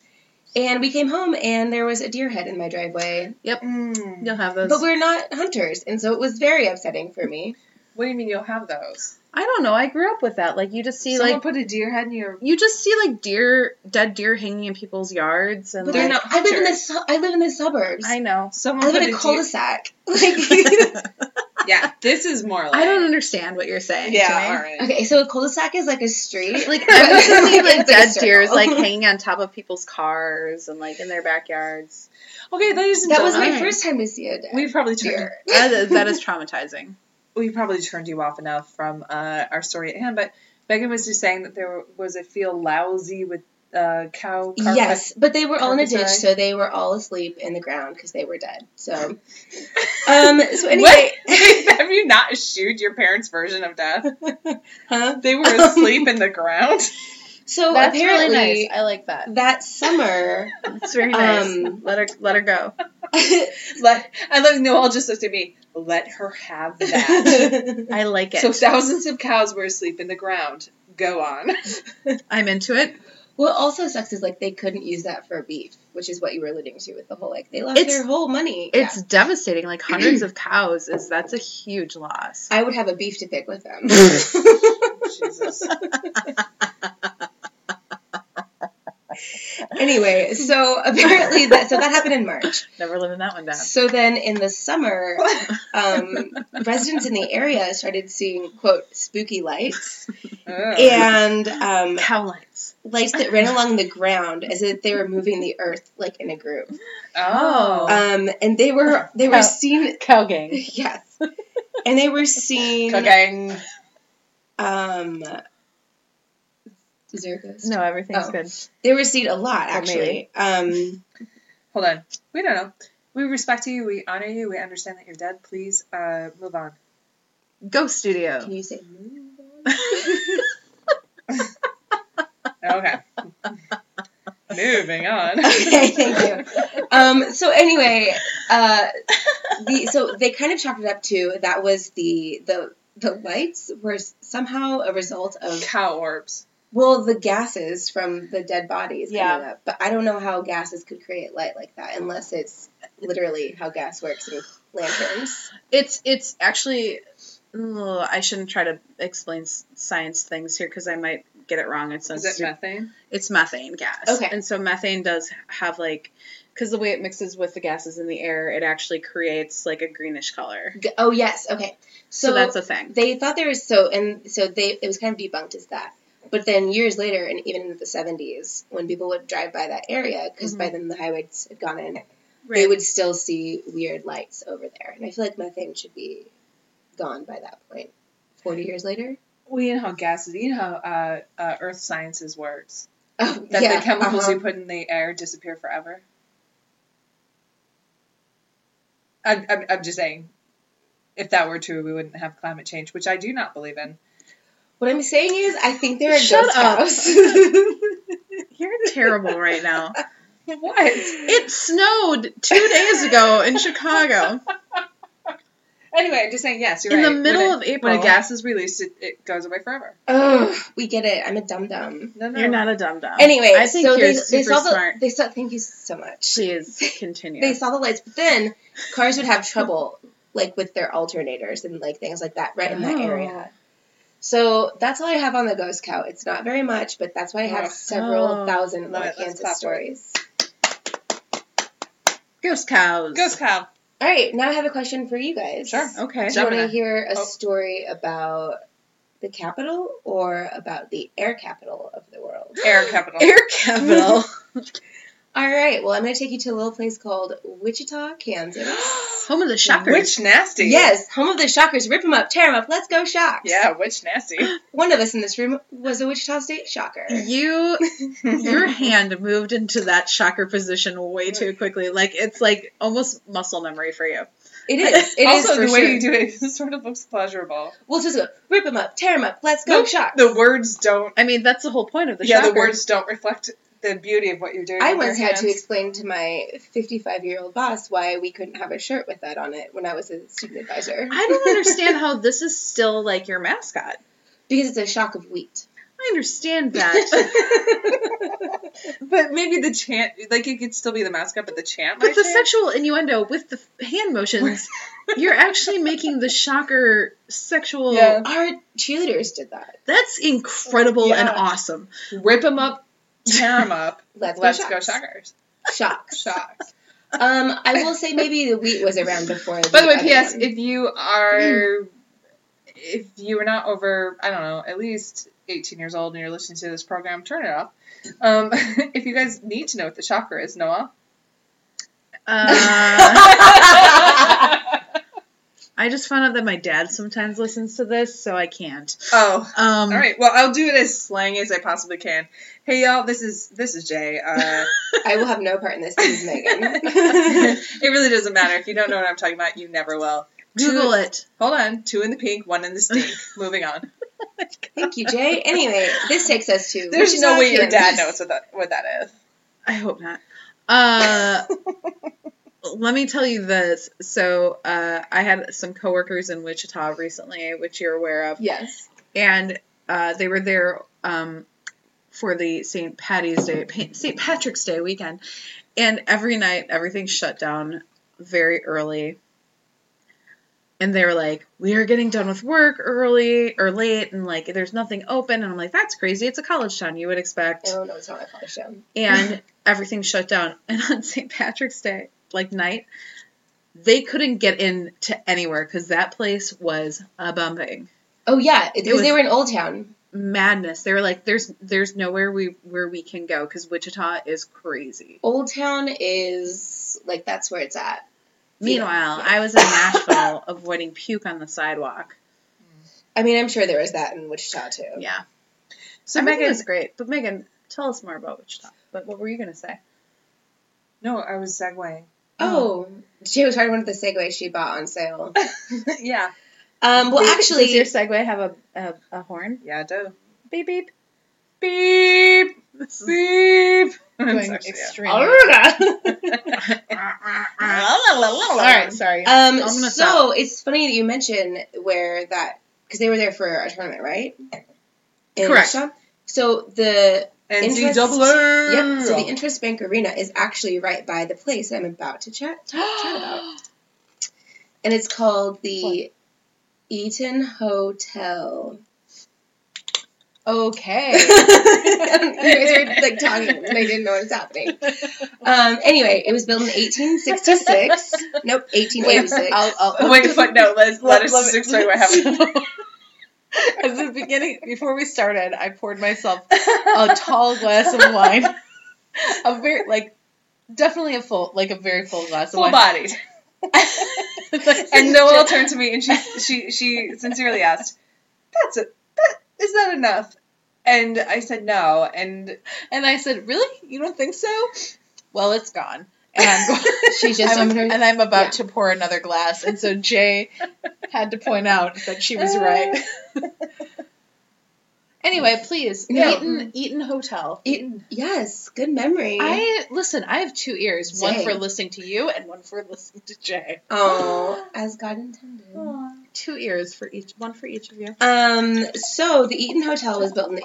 [SPEAKER 3] And we came home and there was a deer head in my driveway.
[SPEAKER 1] Mm.
[SPEAKER 2] You'll have those.
[SPEAKER 3] But we're not hunters, and so it was very upsetting for me.
[SPEAKER 1] What do you mean you'll have those?
[SPEAKER 2] I don't know. I grew up with that. Like you just see
[SPEAKER 1] Someone
[SPEAKER 2] like
[SPEAKER 1] put a deer head in your.
[SPEAKER 2] you just see like deer, dead deer hanging in people's yards, and
[SPEAKER 3] But
[SPEAKER 1] they're
[SPEAKER 2] like,
[SPEAKER 3] then
[SPEAKER 1] not
[SPEAKER 3] I live in the
[SPEAKER 1] hunters.
[SPEAKER 3] su- I live in the suburbs.
[SPEAKER 2] I know.
[SPEAKER 1] Someone
[SPEAKER 3] I live
[SPEAKER 1] put
[SPEAKER 3] in a
[SPEAKER 1] a deer.
[SPEAKER 3] cul-de-sac. Like
[SPEAKER 2] I
[SPEAKER 1] Yeah, this is more. Like,
[SPEAKER 2] don't understand what you're saying.
[SPEAKER 1] Yeah,
[SPEAKER 2] Janae.
[SPEAKER 1] all right.
[SPEAKER 3] Okay, so a cul-de-sac is like a street.
[SPEAKER 2] Like I was just thinking,
[SPEAKER 3] It's
[SPEAKER 2] like dead
[SPEAKER 3] a
[SPEAKER 2] deers like
[SPEAKER 3] circle.
[SPEAKER 2] hanging on top of people's cars and like in their backyards.
[SPEAKER 1] Okay, ladies and
[SPEAKER 3] that was
[SPEAKER 1] gentlemen,
[SPEAKER 3] my
[SPEAKER 2] Alright.
[SPEAKER 3] first time to see a dead
[SPEAKER 1] we probably turned
[SPEAKER 3] deer.
[SPEAKER 2] That is, that is traumatizing.
[SPEAKER 1] we probably turned you off enough from uh, our story at hand, but Megan was just saying that there was a feel lousy with uh, cow. carcass.
[SPEAKER 3] Yes, but they were all in a ditch,
[SPEAKER 1] Carcass.
[SPEAKER 3] so they were all asleep in the ground because they were dead. So, um, so anyway,
[SPEAKER 1] What? Have you not eschewed your parents' version of death?
[SPEAKER 3] huh?
[SPEAKER 1] They were asleep in the ground.
[SPEAKER 3] So
[SPEAKER 2] That's
[SPEAKER 3] apparently
[SPEAKER 2] really nice. I like that.
[SPEAKER 3] that summer,
[SPEAKER 2] That's very nice.
[SPEAKER 3] Um,
[SPEAKER 2] let her let her go.
[SPEAKER 1] Let I let no, all just looked at me. Let her have that.
[SPEAKER 2] I like it.
[SPEAKER 1] so thousands of cows were asleep in the ground. Go on.
[SPEAKER 2] I'm into it.
[SPEAKER 3] what also sucks is like they couldn't use that for beef, which is what you were alluding to with the whole like they lost
[SPEAKER 2] It's-
[SPEAKER 3] their whole money. Yeah.
[SPEAKER 2] It's devastating. Like hundreds of cows is that's a huge loss.
[SPEAKER 3] I would have a beef to pick with them.
[SPEAKER 1] Jesus.
[SPEAKER 3] anyway, so apparently that so that happened in March.
[SPEAKER 2] Never living that one down.
[SPEAKER 3] So then in the summer,
[SPEAKER 1] Oh.
[SPEAKER 3] um, residents in the area started seeing quote spooky lights
[SPEAKER 2] Oh.
[SPEAKER 3] and um,
[SPEAKER 2] Cow lights.
[SPEAKER 3] lights that ran along the ground as if they were moving the earth like in a group.
[SPEAKER 1] oh.
[SPEAKER 3] Um, and they were they
[SPEAKER 2] Oh.
[SPEAKER 3] were seen
[SPEAKER 2] Cow gang.
[SPEAKER 3] yes, and they were seen.
[SPEAKER 1] Okay.
[SPEAKER 3] Um, is there a ghost?
[SPEAKER 2] No, Oh, everything's
[SPEAKER 3] Oh.
[SPEAKER 2] good.
[SPEAKER 3] They were seen a lot
[SPEAKER 2] Or
[SPEAKER 3] actually. Um,
[SPEAKER 1] Hold on. We don't know. We respect you. We honor you. We understand that you're dead. Please uh, move on.
[SPEAKER 2] Ghost
[SPEAKER 3] can
[SPEAKER 2] Studio.
[SPEAKER 3] you say?
[SPEAKER 1] Okay. Moving on.
[SPEAKER 3] Okay, thank you. Um, so anyway, uh, the so they kind of chalked it up to that was the the the lights were somehow a result of
[SPEAKER 1] Cow orbs.
[SPEAKER 3] Well, the gases from the dead bodies
[SPEAKER 2] Yeah.
[SPEAKER 3] coming up, but I don't know how gases could create light like that unless it's literally how gas works in lanterns.
[SPEAKER 2] It's it's actually. ugh, I shouldn't try to explain s- science things here because I might get it wrong. It sounds
[SPEAKER 1] Is it
[SPEAKER 2] stupid.
[SPEAKER 1] methane?
[SPEAKER 2] it's methane gas.
[SPEAKER 3] Okay.
[SPEAKER 2] And so methane does have like because the way it mixes with the gases in the air, it actually creates like a greenish color.
[SPEAKER 3] G- Oh yes, okay. So,
[SPEAKER 2] So, that's a thing.
[SPEAKER 3] they thought there was so and so they it was kind of debunked as that. But then years later, and even in the seventies, when people would drive by that area, because
[SPEAKER 2] Mm-hmm.
[SPEAKER 3] by then the highways had gone in, they would still see weird lights over there. And I feel like methane should be gone by that point. Forty years later.
[SPEAKER 1] Well, you know how gases, you know how uh, uh, earth sciences works.
[SPEAKER 3] Oh,
[SPEAKER 1] That
[SPEAKER 3] yeah,
[SPEAKER 1] the chemicals
[SPEAKER 3] uh-huh.
[SPEAKER 1] you put in the air disappear forever. I'm, I'm, I'm just saying, if that were true, we wouldn't have climate change, which I do not believe in.
[SPEAKER 3] What I'm saying is, I think they're a
[SPEAKER 2] Shut
[SPEAKER 3] ghost
[SPEAKER 2] up.
[SPEAKER 3] house.
[SPEAKER 2] You're terrible right now.
[SPEAKER 1] What?
[SPEAKER 2] It snowed two days ago in Chicago.
[SPEAKER 1] Anyway, I'm just saying, yes, you're
[SPEAKER 2] In the
[SPEAKER 1] right.
[SPEAKER 2] middle
[SPEAKER 1] when
[SPEAKER 2] of
[SPEAKER 1] a, when
[SPEAKER 2] April.
[SPEAKER 1] a gas is released, it, it goes away forever.
[SPEAKER 3] Ugh, we get it. I'm a dum dum.
[SPEAKER 1] No, no.
[SPEAKER 2] You're not a dum dum.
[SPEAKER 3] Anyway,
[SPEAKER 2] I think
[SPEAKER 3] so
[SPEAKER 2] you're
[SPEAKER 3] they,
[SPEAKER 2] super
[SPEAKER 3] they saw the
[SPEAKER 2] smart.
[SPEAKER 3] they saw. Thank you so much.
[SPEAKER 2] Please continue.
[SPEAKER 3] They saw the lights, but then cars would have trouble like with their alternators and like things like that right in that
[SPEAKER 2] Oh.
[SPEAKER 3] area. So that's all I have on the ghost cow. It's not very much, but that's why I have
[SPEAKER 1] Ugh.
[SPEAKER 3] several
[SPEAKER 2] Oh.
[SPEAKER 1] Love
[SPEAKER 3] thousand more
[SPEAKER 1] it. Let's clap for it.
[SPEAKER 3] Kansas stories.
[SPEAKER 2] Ghost cows.
[SPEAKER 1] Ghost cow.
[SPEAKER 3] All right, now I have a question for you guys.
[SPEAKER 1] Sure.
[SPEAKER 2] Okay.
[SPEAKER 3] Do you want
[SPEAKER 1] Gemini.
[SPEAKER 3] to hear a
[SPEAKER 1] Oh.
[SPEAKER 3] story about the capital or about the air capital of the world?
[SPEAKER 1] Air capital.
[SPEAKER 2] Air capital.
[SPEAKER 3] All right. Well, I'm going to take you to a little place called Wichita, Kansas.
[SPEAKER 2] Home of the shockers.
[SPEAKER 1] Which nasty.
[SPEAKER 3] Yes, home of the Shockers. Rip them up, tear them up. Let's go, Shocks.
[SPEAKER 1] Yeah, which nasty.
[SPEAKER 3] One of us in this room was a Wichita State Shocker.
[SPEAKER 2] You
[SPEAKER 1] Mm-hmm.
[SPEAKER 2] your hand moved into that shocker position way too quickly. Like it's like almost muscle memory for you.
[SPEAKER 3] It is. It is
[SPEAKER 1] also,
[SPEAKER 3] for
[SPEAKER 1] the way
[SPEAKER 3] sure.
[SPEAKER 1] you do it sort of looks pleasurable.
[SPEAKER 3] We'll just go. Rip them up, tear them up. Let's go,
[SPEAKER 1] Nope,
[SPEAKER 3] Shocks.
[SPEAKER 1] The words don't.
[SPEAKER 2] I mean, that's the whole point of the
[SPEAKER 1] yeah,
[SPEAKER 2] shocker.
[SPEAKER 1] the words don't reflect the beauty of what you're doing.
[SPEAKER 3] I
[SPEAKER 1] with
[SPEAKER 3] once
[SPEAKER 1] your
[SPEAKER 3] had to
[SPEAKER 1] hands.
[SPEAKER 3] explain to my 55 year old boss why we couldn't have a shirt with that on it when I was a student advisor.
[SPEAKER 2] I don't understand how this is still like your mascot.
[SPEAKER 3] because it's a shock of wheat.
[SPEAKER 2] I I understand that.
[SPEAKER 1] But maybe the chant, like it could still be the mascot, but the chant.
[SPEAKER 2] but
[SPEAKER 1] might
[SPEAKER 2] the
[SPEAKER 1] change.
[SPEAKER 2] sexual innuendo with the f- hand motions, you're actually making the shocker sexual.
[SPEAKER 1] Yeah.
[SPEAKER 3] Our cheerleaders did that.
[SPEAKER 2] That's incredible and
[SPEAKER 1] Yeah.
[SPEAKER 2] awesome.
[SPEAKER 1] rip them up, tear them up.
[SPEAKER 3] Let's,
[SPEAKER 1] Let's go
[SPEAKER 3] go shockers.
[SPEAKER 1] shockers.
[SPEAKER 3] Shocks.
[SPEAKER 1] Shocks.
[SPEAKER 3] Um, I will say maybe the wheat was around before.
[SPEAKER 1] By the way,
[SPEAKER 3] other
[SPEAKER 1] P.S.
[SPEAKER 3] one.
[SPEAKER 1] If you
[SPEAKER 3] Mm.
[SPEAKER 1] are, if you are not over, I don't know, at least 18 years old, and you're listening to this program, turn it off. Um, if you guys need to know what the chakra is, Noah.
[SPEAKER 2] Uh, I just found out that my dad sometimes listens to this, so I can't.
[SPEAKER 1] oh.
[SPEAKER 2] Um,
[SPEAKER 1] All right. Well, I'll do it as slang as I possibly can. Hey, y'all. This is this is Jay. Uh,
[SPEAKER 3] I will have no part in this. This is Megan.
[SPEAKER 1] it really doesn't matter if you don't know what I'm talking about. You never will.
[SPEAKER 2] Google it.
[SPEAKER 1] Hold on. Two in the pink, one in the stink. Moving on.
[SPEAKER 3] Thank you, Jay. Anyway, this takes us to.
[SPEAKER 1] There's
[SPEAKER 3] which
[SPEAKER 1] no way your dad
[SPEAKER 3] documents?
[SPEAKER 1] knows what that what that is.
[SPEAKER 2] I hope not. Uh, let me tell you this. So uh, I had some coworkers in Wichita recently, which you're aware of,
[SPEAKER 3] Yes.
[SPEAKER 2] and uh, they were there um, for the St. Patty's Day, Pa- St. Patrick's Day weekend, and every night everything shut down very early. And they were like, we are getting done with work early or late, and like, there's nothing open. And I'm like, that's crazy. It's a college town. You would expect
[SPEAKER 3] Oh no, it's not a college show.
[SPEAKER 2] and everything shut down. And on St. Patrick's Day, like night, they couldn't get in to anywhere because that place was a bumping
[SPEAKER 3] Oh yeah, because
[SPEAKER 2] was-
[SPEAKER 3] they were in Old Town.
[SPEAKER 2] madness. They were like, "There's, there's nowhere we where we can go because Wichita is crazy."
[SPEAKER 3] Old Town is like that's where it's at.
[SPEAKER 2] Meanwhile, I was in Nashville avoiding puke on the sidewalk.
[SPEAKER 3] I mean, I'm sure there was that in Wichita too.
[SPEAKER 2] Yeah,
[SPEAKER 1] So
[SPEAKER 2] so Megan
[SPEAKER 1] Megan,
[SPEAKER 2] was great, but Megan, tell us more about Wichita. But what were you gonna say?
[SPEAKER 1] no, I was segueing.
[SPEAKER 3] Oh, Jay was talking about the Segway she bought on sale.
[SPEAKER 1] yeah,
[SPEAKER 3] Um, well, actually,
[SPEAKER 2] does your Segway have a a, a horn?
[SPEAKER 1] yeah, I do.
[SPEAKER 2] Beep beep
[SPEAKER 1] Beep,
[SPEAKER 2] This is
[SPEAKER 1] beep.
[SPEAKER 2] going extremely.
[SPEAKER 3] um,
[SPEAKER 2] All right, sorry. gonna
[SPEAKER 3] Um, so
[SPEAKER 2] stop.
[SPEAKER 3] it's funny that you mention where that because they were there for a tournament, right? In
[SPEAKER 2] Correct.
[SPEAKER 3] Wichita? So the
[SPEAKER 1] NCAA.
[SPEAKER 3] yep, so the Interest Bank Arena is actually right by the place I'm about to chat talk, chat about, and it's called the Eaton Hotel.
[SPEAKER 2] Okay.
[SPEAKER 3] you guys are like talking, and I didn't know what was happening. Um, anyway, it was built in 1866. nope, 1886.
[SPEAKER 2] I'll, I'll,
[SPEAKER 1] Wait, but no, let's let,
[SPEAKER 2] Let-
[SPEAKER 1] us
[SPEAKER 2] let-
[SPEAKER 1] just explain what happened.
[SPEAKER 2] At the beginning, before we started, I poured myself a tall glass of wine, a very like definitely a full, like a very full glass
[SPEAKER 1] Full
[SPEAKER 2] of wine.
[SPEAKER 1] bodied. And Noel turned to me and she she she sincerely asked, "That's it. That is that enough?" And I said no. And
[SPEAKER 2] and I said, "Really? You don't think so? Well, it's gone." And I'm,
[SPEAKER 3] She just
[SPEAKER 2] I'm-
[SPEAKER 3] opened her.
[SPEAKER 2] and I'm about
[SPEAKER 3] yeah.
[SPEAKER 2] to pour another glass, and so Jay had to point out that she was right. anyway, please,
[SPEAKER 3] No.
[SPEAKER 2] Eaton Eaton Hotel.
[SPEAKER 3] Yes, good memory.
[SPEAKER 2] I listen. I have two ears, one
[SPEAKER 3] Jay.
[SPEAKER 2] for listening to you and one for listening to Jay.
[SPEAKER 3] oh, as God intended.
[SPEAKER 2] Two ears for each, one for each of you.
[SPEAKER 3] Um, so the Eaton Hotel was built in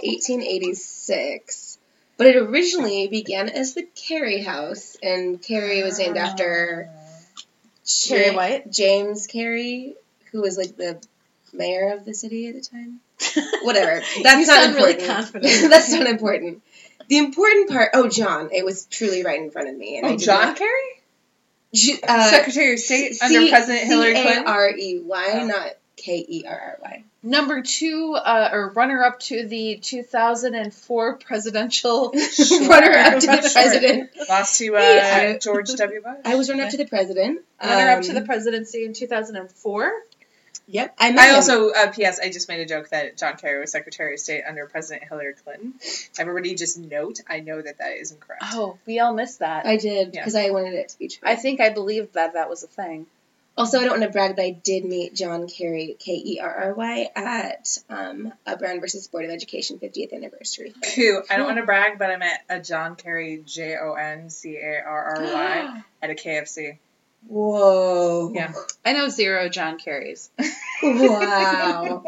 [SPEAKER 3] 1886, but it originally began as the Carey House, and Carey was named after Ja-
[SPEAKER 2] Carey White?
[SPEAKER 3] James Carey, who was like the mayor of the city at the time. Whatever. That's
[SPEAKER 2] You
[SPEAKER 3] not
[SPEAKER 2] sound really
[SPEAKER 3] important.
[SPEAKER 2] confident.
[SPEAKER 3] That's not important. The important part. Oh, John. It was truly right in front of me, and I
[SPEAKER 1] Oh,
[SPEAKER 3] did
[SPEAKER 1] John
[SPEAKER 3] not-
[SPEAKER 1] Kerry,
[SPEAKER 3] Ju- uh,
[SPEAKER 1] Secretary of State under President Hillary Clinton.
[SPEAKER 3] R E Y,
[SPEAKER 1] E. Oh.
[SPEAKER 3] not K E R R Y.
[SPEAKER 2] Number two, uh, or runner up to the 2004 presidential Sure.
[SPEAKER 3] runner up to the
[SPEAKER 2] Sure.
[SPEAKER 3] president.
[SPEAKER 1] Lost to uh,
[SPEAKER 3] Hey, I-
[SPEAKER 1] George W. Bush.
[SPEAKER 3] I was runner up to the president.
[SPEAKER 2] runner up
[SPEAKER 3] Um,
[SPEAKER 2] to the presidency in 2004.
[SPEAKER 3] Yep. I, met
[SPEAKER 1] I
[SPEAKER 3] him.
[SPEAKER 1] also, uh, P.S. I just made a joke that John Kerry was Secretary of State under President Hillary Clinton. Everybody just note, I know that that is incorrect.
[SPEAKER 2] Oh, we all missed that. I,
[SPEAKER 3] I did because I wanted it to be true.
[SPEAKER 2] think I believed that that was a thing.
[SPEAKER 3] also, I don't want to brag, but I did meet John Kerry, K E R R Y, at um, a Brown versus Board of Education 50th anniversary.
[SPEAKER 1] Cool. I don't want to brag, but I met a John Kerry, J O N C A R R Y, at a KFC.
[SPEAKER 3] Whoa!
[SPEAKER 1] Yeah.
[SPEAKER 2] I know zero John Kerrys.
[SPEAKER 3] Wow.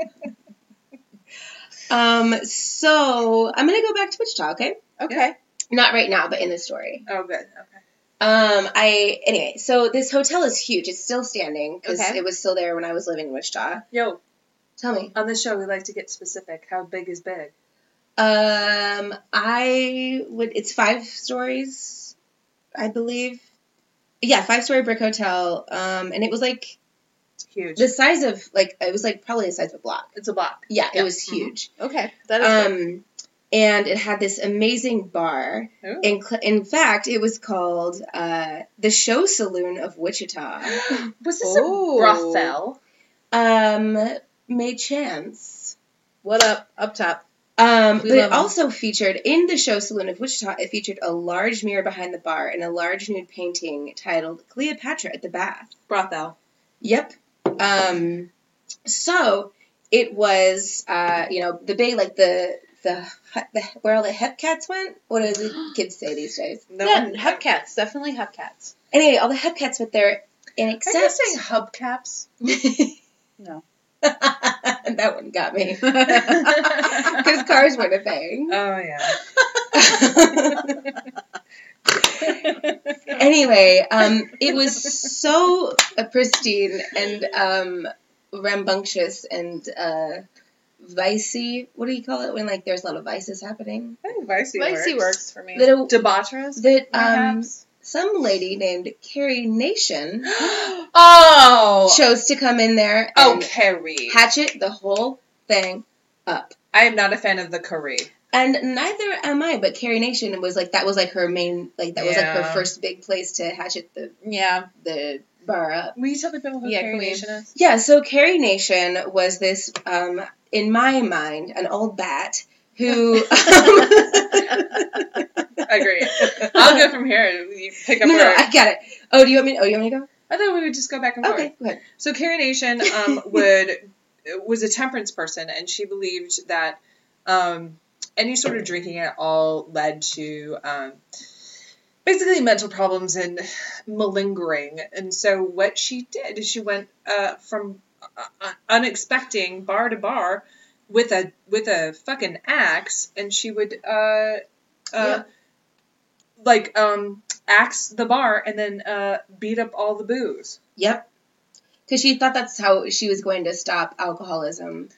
[SPEAKER 3] Um, so I'm gonna go back to Wichita, okay?
[SPEAKER 2] Okay.
[SPEAKER 3] Not right now, but in the story.
[SPEAKER 1] Oh, good. Okay.
[SPEAKER 3] Um, I anyway. So this hotel is huge. It's still standing because
[SPEAKER 1] Okay.
[SPEAKER 3] it was still there when I was living in Wichita.
[SPEAKER 1] Yo,
[SPEAKER 3] Tell me.
[SPEAKER 1] on this show, we like to get specific. How big is big?
[SPEAKER 3] Um, I would. It's five stories, I believe. Yeah, five story brick hotel. Um, and it was like
[SPEAKER 1] It's huge.
[SPEAKER 3] the size of like it was like probably the size of a block.
[SPEAKER 1] it's a block.
[SPEAKER 3] Yeah,
[SPEAKER 1] Yeah. Mm-hmm.
[SPEAKER 3] it was huge.
[SPEAKER 2] Okay. That
[SPEAKER 3] Um, and it had this amazing bar.
[SPEAKER 1] Ooh.
[SPEAKER 3] In, cl- in fact, it was called uh, the Show Saloon of Wichita.
[SPEAKER 1] Was this
[SPEAKER 2] Oh.
[SPEAKER 1] a brothel?
[SPEAKER 3] Um, May Chance.
[SPEAKER 2] what up? Up top.
[SPEAKER 3] Um,
[SPEAKER 2] We love
[SPEAKER 3] but it
[SPEAKER 2] 'em.
[SPEAKER 3] also featured in the show Saloon of Wichita. It featured a large mirror behind the bar and a large nude painting titled "Cleopatra at the Bath."
[SPEAKER 1] Brothel.
[SPEAKER 3] Yep. Um, so it was, uh, you know, the big like the the, the where all the hepcats went. What do the kids say these days?
[SPEAKER 1] No,
[SPEAKER 2] yeah, hubcats. Definitely hubcats.
[SPEAKER 3] Anyway, all the hepcats went there, and
[SPEAKER 1] Are you
[SPEAKER 3] except
[SPEAKER 1] saying hubcaps?
[SPEAKER 2] No.
[SPEAKER 3] that one got me because cars weren't a thing.
[SPEAKER 1] Oh yeah.
[SPEAKER 3] anyway, um, it was so uh, pristine and um, rambunctious and uh, vicey. What do you call it when like there's a lot of vices happening?
[SPEAKER 1] I think Vicey,
[SPEAKER 2] Lexi works for me.
[SPEAKER 3] That a-
[SPEAKER 1] Debaucherous.
[SPEAKER 3] that um,
[SPEAKER 1] perhaps?
[SPEAKER 3] some lady named Carrie Nation
[SPEAKER 1] oh.
[SPEAKER 3] chose to come in there
[SPEAKER 1] Oh,
[SPEAKER 3] and
[SPEAKER 1] Carrie.
[SPEAKER 3] hatchet the whole thing up.
[SPEAKER 1] I am not a fan of the curry.
[SPEAKER 3] And neither am I, but Carrie Nation was like that was like her main like that was like her
[SPEAKER 1] Yeah.
[SPEAKER 3] first big place to hatchet the
[SPEAKER 2] yeah.
[SPEAKER 3] the bar up.
[SPEAKER 1] Will you tell the people who
[SPEAKER 2] Yeah,
[SPEAKER 1] Carrie
[SPEAKER 2] can we-
[SPEAKER 1] Nation is?
[SPEAKER 3] Yeah, so Carrie Nation was this, um, in my mind, an old bat who. um,
[SPEAKER 1] Agree. I'll go from here. You pick
[SPEAKER 3] no,
[SPEAKER 1] up
[SPEAKER 3] no,
[SPEAKER 1] where.
[SPEAKER 3] I got it. Oh, do you want me? Oh, you want me to go?
[SPEAKER 1] I thought we would just go back and forth.
[SPEAKER 3] Okay, go ahead.
[SPEAKER 1] So Carrie Nation um, would was a temperance person, and she believed that um, any sort of drinking at all led to um, basically mental problems and malingering. And so what she did is she went uh, from uh, uh, unexpecting bar to bar with a with a fucking axe, and she would uh, uh,
[SPEAKER 3] Yeah.
[SPEAKER 1] like um, axe the bar and then uh, beat up all the booze.
[SPEAKER 3] Yep. Because she thought that's how she was going to stop alcoholism.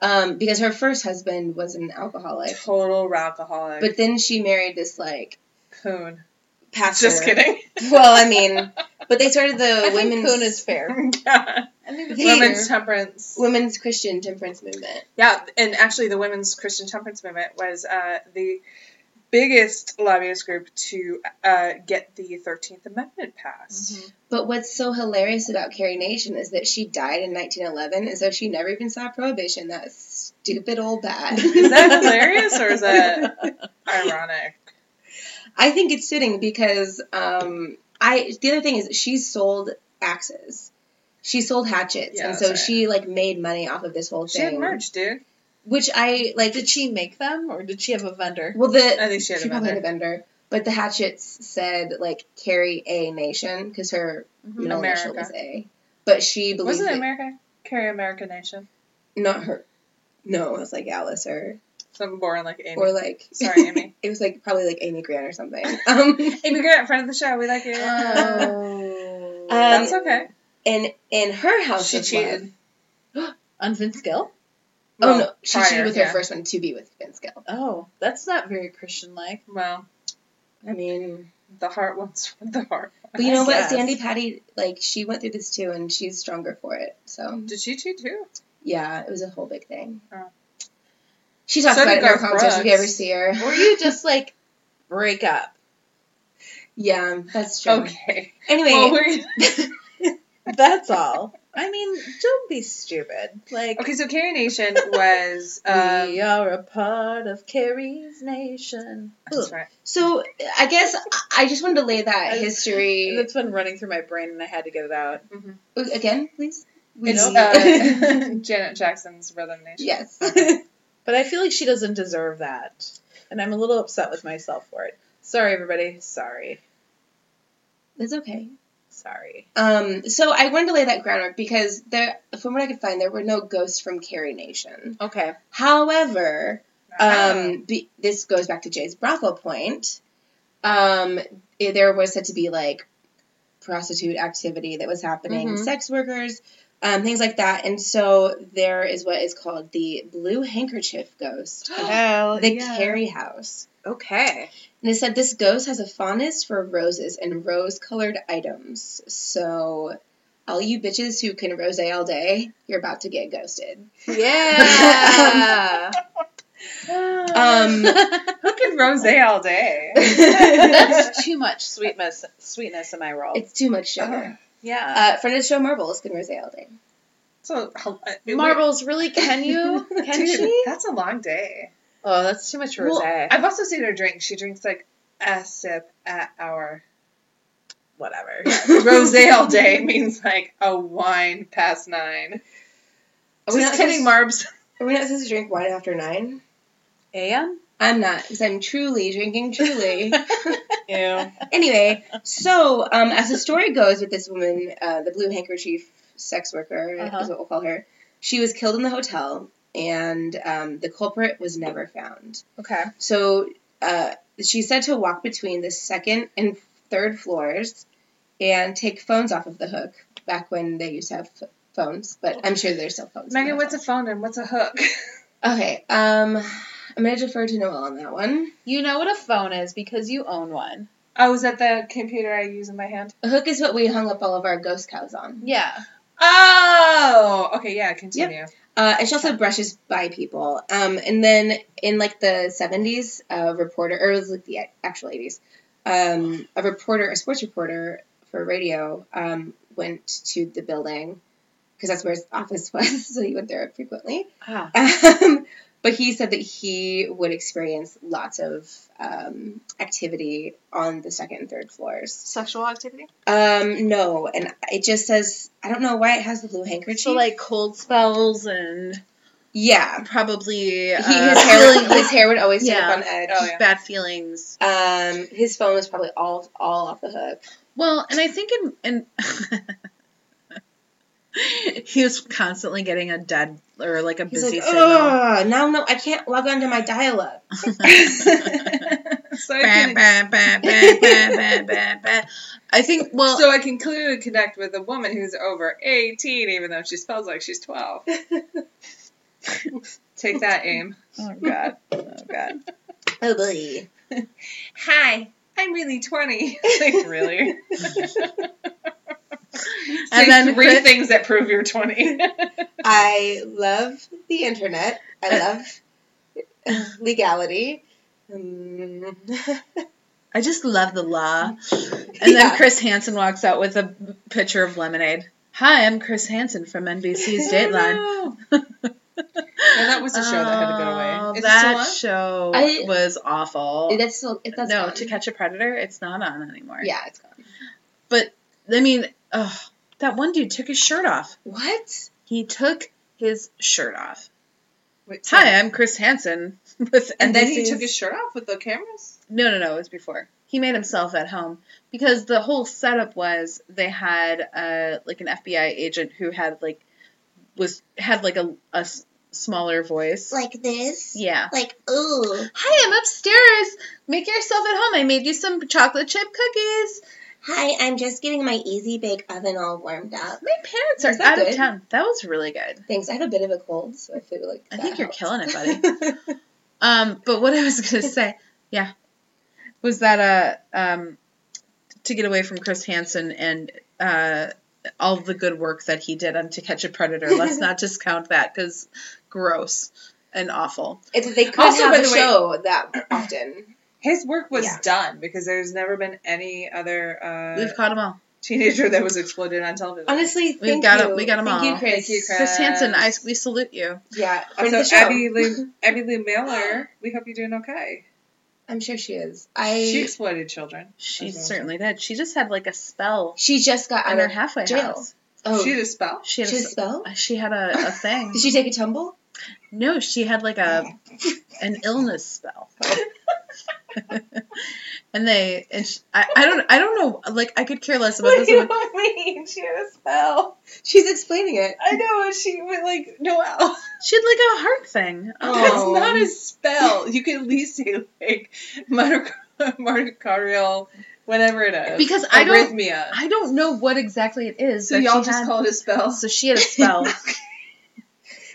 [SPEAKER 3] Um, because her first husband was an alcoholic.
[SPEAKER 1] Total alcoholic.
[SPEAKER 3] But then she married this, like,
[SPEAKER 1] Coon.
[SPEAKER 3] pastor.
[SPEAKER 1] Just kidding.
[SPEAKER 3] Well, I mean, but they started the
[SPEAKER 2] I think
[SPEAKER 3] women's,
[SPEAKER 2] Coon is fair. I think it's
[SPEAKER 3] Hey.
[SPEAKER 1] Women's temperance.
[SPEAKER 3] women's Christian temperance movement.
[SPEAKER 1] Yeah, and actually, the women's Christian temperance movement was uh, the biggest lobbyist group to uh, get the Thirteenth Amendment passed.
[SPEAKER 3] But what's so hilarious about Carrie Nation is that she died in 1911, and so she never even saw prohibition. That stupid old bat.
[SPEAKER 1] Is that hilarious or is that
[SPEAKER 3] Mm-hmm.
[SPEAKER 1] ironic?
[SPEAKER 3] I think it's fitting because um, I. The other thing is she sold axes. She sold hatchets,
[SPEAKER 1] Yeah,
[SPEAKER 3] and
[SPEAKER 1] that's
[SPEAKER 3] so
[SPEAKER 1] right.
[SPEAKER 3] she like made money off of this whole
[SPEAKER 1] She
[SPEAKER 3] thing.
[SPEAKER 1] had merch, dude.
[SPEAKER 3] Which I like.
[SPEAKER 2] Did she make them or did she have a vendor?
[SPEAKER 3] Well, the
[SPEAKER 1] I think she had a
[SPEAKER 3] probably
[SPEAKER 1] vendor.
[SPEAKER 3] had a vendor, but the hatchets said like Carrie A Nation because her middle
[SPEAKER 1] Mm-hmm.
[SPEAKER 3] initial
[SPEAKER 1] America.
[SPEAKER 3] was A. But she believed
[SPEAKER 1] Wasn't it
[SPEAKER 3] that-
[SPEAKER 1] America? Carry American Nation.
[SPEAKER 3] not her. No, it was like Alice or
[SPEAKER 1] Some boring like Amy.
[SPEAKER 3] or like
[SPEAKER 1] Sorry, Amy.
[SPEAKER 3] it was like probably like Amy Grant or something. Um,
[SPEAKER 1] Amy Grant, friend of the show. We like you.
[SPEAKER 3] Uh,
[SPEAKER 2] Oh.
[SPEAKER 1] That's okay.
[SPEAKER 3] and in her house,
[SPEAKER 1] She
[SPEAKER 3] of Love,
[SPEAKER 1] cheated.
[SPEAKER 2] On Vince Gill?
[SPEAKER 3] oh no,
[SPEAKER 1] Well,
[SPEAKER 3] she
[SPEAKER 1] prior,
[SPEAKER 3] cheated with
[SPEAKER 1] yeah.
[SPEAKER 3] her first one to be with Vince Gill.
[SPEAKER 2] Oh, that's not very Christian like.
[SPEAKER 1] Well,
[SPEAKER 3] I mean,
[SPEAKER 1] the heart wants the heart.
[SPEAKER 3] but you know
[SPEAKER 2] I
[SPEAKER 3] what,
[SPEAKER 2] guess.
[SPEAKER 3] Sandy Patty, like she went through this too, and she's stronger for it. So
[SPEAKER 1] Did she cheat too?
[SPEAKER 3] yeah, it was a whole big thing.
[SPEAKER 1] Oh.
[SPEAKER 3] She talks
[SPEAKER 1] So
[SPEAKER 3] about
[SPEAKER 1] did
[SPEAKER 3] it in her
[SPEAKER 1] Garth
[SPEAKER 3] concerts if you ever
[SPEAKER 1] Brooks.
[SPEAKER 3] see her.
[SPEAKER 2] Or you just like break up?
[SPEAKER 3] Yeah, that's true.
[SPEAKER 1] Okay.
[SPEAKER 3] Anyway,
[SPEAKER 1] Well, we're.
[SPEAKER 2] That's all. I mean, don't be stupid. Like,
[SPEAKER 1] Okay, so Carrie Nation was. Um,
[SPEAKER 2] we are a part of Carrie's nation.
[SPEAKER 1] that's
[SPEAKER 2] Ugh.
[SPEAKER 1] right.
[SPEAKER 3] so I guess I just wanted to lay that
[SPEAKER 2] I-
[SPEAKER 3] history
[SPEAKER 2] That's been running through my brain and I had to get it out.
[SPEAKER 3] again, please. We
[SPEAKER 1] It's
[SPEAKER 2] know.
[SPEAKER 1] uh, Janet Jackson's Rhythm Nation.
[SPEAKER 3] yes.
[SPEAKER 2] But I feel like she doesn't deserve that. And I'm a little upset with myself for it. Sorry, everybody. Sorry.
[SPEAKER 3] That's okay.
[SPEAKER 2] Sorry.
[SPEAKER 3] Um, so I wanted to lay that groundwork because there, from what I could find, there were no ghosts from Carrie Nation.
[SPEAKER 2] Okay.
[SPEAKER 3] However,
[SPEAKER 1] Ah.
[SPEAKER 3] um, be, this goes back to Jay's brothel point. Um, i- there was said to be like prostitute activity that was happening,
[SPEAKER 2] Mhm.
[SPEAKER 3] sex workers, um, things like that. And so there is what is called the blue handkerchief ghost,
[SPEAKER 2] Hell
[SPEAKER 3] the
[SPEAKER 2] Oh, yeah.
[SPEAKER 3] Carrie house.
[SPEAKER 2] Okay.
[SPEAKER 3] And it said this ghost has a fondness for roses and rose colored items. So, all you bitches who can rose all day, you're about to get ghosted.
[SPEAKER 2] Yeah.
[SPEAKER 3] Um,
[SPEAKER 1] Who can Ah, rose all day?
[SPEAKER 2] That's too much sweetness sweetness in my world.
[SPEAKER 3] it's too much sugar.
[SPEAKER 2] yeah.
[SPEAKER 3] Uh, friend of the show, Marbles, can rose all day.
[SPEAKER 1] so uh, it-
[SPEAKER 2] Marbles, really? Can you? Can
[SPEAKER 1] Dude,
[SPEAKER 2] she?
[SPEAKER 1] That's a long day.
[SPEAKER 2] Oh, that's too much
[SPEAKER 3] Well,
[SPEAKER 2] rosé.
[SPEAKER 1] I've also seen her drink. She drinks like a sip at hour.
[SPEAKER 2] Whatever.
[SPEAKER 1] Rose all day means like a wine past nine.
[SPEAKER 3] Are
[SPEAKER 1] Oh,
[SPEAKER 3] we
[SPEAKER 1] Just
[SPEAKER 3] not
[SPEAKER 1] kidding, Marbs.
[SPEAKER 3] Are we not supposed to drink wine after nine?
[SPEAKER 2] A.M.
[SPEAKER 3] I'm not, because I'm truly drinking truly.
[SPEAKER 1] Ew.
[SPEAKER 3] anyway, so um, as the story goes with this woman, uh, the blue handkerchief sex worker
[SPEAKER 2] Uh-huh.
[SPEAKER 3] is what we'll call her, she was killed in the hotel, and um, the culprit was never found.
[SPEAKER 2] Okay.
[SPEAKER 3] So uh, she's said to walk between the second and third floors and take phones off of the hook. Back when they used to have f- phones, but I'm sure there's still phones. in
[SPEAKER 1] Megan, what's a phone and what's a hook?
[SPEAKER 3] Okay, um, I'm gonna defer to Noel on that one.
[SPEAKER 2] You know what a phone is because you own one.
[SPEAKER 1] Oh, is that the computer I use in my hand?
[SPEAKER 3] A hook is what we hung up all of our ghost cows on.
[SPEAKER 2] Yeah.
[SPEAKER 1] Oh, okay, yeah, continue.
[SPEAKER 3] Uh, and she also brushes by people. Um, and then in like the 70s, a reporter, or it was like the actual 80s, um, a reporter, a sports reporter for radio, um, went to the building because that's where his office was, so he went there frequently.
[SPEAKER 2] Ah.
[SPEAKER 3] Um, but he said that he would experience lots of um, activity on the second and third floors.
[SPEAKER 2] Sexual activity.
[SPEAKER 3] Um, no, and it just says I don't know why it has the blue handkerchief.
[SPEAKER 2] So like cold spells and
[SPEAKER 3] yeah,
[SPEAKER 2] probably
[SPEAKER 3] he,
[SPEAKER 2] uh,
[SPEAKER 3] his hair
[SPEAKER 2] feeling-
[SPEAKER 3] his hair would always turn
[SPEAKER 2] Yeah.
[SPEAKER 3] up on edge.
[SPEAKER 1] Oh, yeah.
[SPEAKER 2] bad feelings.
[SPEAKER 3] Um, his phone was probably all all off the hook.
[SPEAKER 2] Well, and I think in, in he was constantly getting a dead or like a
[SPEAKER 3] He's
[SPEAKER 2] busy
[SPEAKER 3] like,
[SPEAKER 2] signal.
[SPEAKER 3] oh no, no, I can't log on to my dial up.
[SPEAKER 1] so, I
[SPEAKER 2] Bah,
[SPEAKER 1] can,
[SPEAKER 2] bah, bah, bah, bah, bah, bah, bah. I think well
[SPEAKER 1] so I can clearly connect with a woman who's over 18, even though she smells like she's 12. Take that, aim.
[SPEAKER 2] Oh god. Oh god.
[SPEAKER 3] Oh, boy.
[SPEAKER 1] Hi, I'm really 20. like, really?
[SPEAKER 2] And then
[SPEAKER 1] three
[SPEAKER 2] Chris-
[SPEAKER 1] things that prove you're 20.
[SPEAKER 3] I love the internet. I love legality. Um,
[SPEAKER 2] I just love the law. And
[SPEAKER 3] Yeah.
[SPEAKER 2] then Chris Hansen walks out with a picture of lemonade. Hi, I'm Chris Hansen from NBC's Dateline.
[SPEAKER 1] No, that was a show that had to go
[SPEAKER 2] Oh,
[SPEAKER 1] away. Is
[SPEAKER 2] that
[SPEAKER 1] it still
[SPEAKER 2] show
[SPEAKER 3] I-
[SPEAKER 2] was awful.
[SPEAKER 3] that's still it- that's
[SPEAKER 2] Oh. no,
[SPEAKER 3] gone.
[SPEAKER 2] To Catch a Predator, it's not on anymore.
[SPEAKER 3] yeah, it's gone.
[SPEAKER 2] I mean, ugh, that one dude took his shirt off.
[SPEAKER 3] What?
[SPEAKER 2] He took his shirt off.
[SPEAKER 1] on? Wait, so-
[SPEAKER 2] Hi, I'm Chris Hansen with
[SPEAKER 1] And then he
[SPEAKER 2] NBC's
[SPEAKER 1] took his shirt off with the cameras?
[SPEAKER 2] No, no, no. It was before. He made himself at home because the whole setup was they had uh like an FBI agent who had like was had like a, a s- smaller voice.
[SPEAKER 3] this?
[SPEAKER 2] yeah.
[SPEAKER 3] Like ooh.
[SPEAKER 2] Hi, I'm upstairs. Make yourself at home. I made you some chocolate chip cookies.
[SPEAKER 3] Hi, I'm just getting my easy bake oven all warmed up.
[SPEAKER 2] My parents
[SPEAKER 3] Is
[SPEAKER 2] are
[SPEAKER 3] that
[SPEAKER 2] out
[SPEAKER 3] good?
[SPEAKER 2] of town. That was really good.
[SPEAKER 3] Thanks. I have a bit of a cold, so I feel like
[SPEAKER 2] I
[SPEAKER 3] that
[SPEAKER 2] think you're
[SPEAKER 3] helps.
[SPEAKER 2] killing it, buddy. Um, but what I was gonna say, yeah, was that uh um to get away from Chris Hansen and uh all the good work that he did on To Catch a Predator. Let's not discount that because gross and awful.
[SPEAKER 3] it's that they couldn't
[SPEAKER 1] Also,
[SPEAKER 3] have
[SPEAKER 1] by
[SPEAKER 3] a
[SPEAKER 1] the way-
[SPEAKER 3] show that often.
[SPEAKER 1] His work was
[SPEAKER 3] Yeah.
[SPEAKER 1] done because there's never been any other uh,
[SPEAKER 2] We've caught them all.
[SPEAKER 1] teenager that was exploded on television.
[SPEAKER 3] Honestly,
[SPEAKER 2] We
[SPEAKER 3] thank
[SPEAKER 2] got
[SPEAKER 3] you.
[SPEAKER 2] it- we got 'em
[SPEAKER 3] thank You,
[SPEAKER 2] all.
[SPEAKER 3] Chris.
[SPEAKER 1] Thank you, Chris.
[SPEAKER 2] Chris Hansen, I we salute you.
[SPEAKER 3] Yeah, friend of the
[SPEAKER 1] also,
[SPEAKER 3] show.
[SPEAKER 1] Abby Lou, Abby Lou Mailer, we hope you're doing okay.
[SPEAKER 3] I'm sure she is. I
[SPEAKER 1] She
[SPEAKER 3] she,
[SPEAKER 1] exploited children.
[SPEAKER 2] She
[SPEAKER 1] That's awesome.
[SPEAKER 2] certainly did. She just had like a spell
[SPEAKER 3] just got
[SPEAKER 2] on
[SPEAKER 3] out
[SPEAKER 2] her
[SPEAKER 3] of
[SPEAKER 2] halfway
[SPEAKER 3] jail.
[SPEAKER 2] house.
[SPEAKER 3] oh
[SPEAKER 1] She had a spell.
[SPEAKER 2] She had
[SPEAKER 3] she
[SPEAKER 2] a,
[SPEAKER 3] was
[SPEAKER 2] s-
[SPEAKER 3] spelled.
[SPEAKER 2] she had a, a thing.
[SPEAKER 3] Did she take a tumble?
[SPEAKER 2] No, she had like a an illness spell. and they and she, I, I don't I don't know like I could care less about
[SPEAKER 3] What
[SPEAKER 2] this
[SPEAKER 3] do you
[SPEAKER 2] woman.
[SPEAKER 3] want me? She had a spell. She's explaining it.
[SPEAKER 1] I know and she was like Noelle.
[SPEAKER 2] She had like a heart thing.
[SPEAKER 3] Oh.
[SPEAKER 1] That's not a spell. You can at least say like mitochondrial, whatever it is.
[SPEAKER 2] Because I don't
[SPEAKER 1] arrhythmia.
[SPEAKER 2] I don't know what exactly it is.
[SPEAKER 1] So
[SPEAKER 2] that
[SPEAKER 1] y'all
[SPEAKER 2] she
[SPEAKER 1] just
[SPEAKER 2] had.
[SPEAKER 1] call it a spell.
[SPEAKER 2] so she had a spell.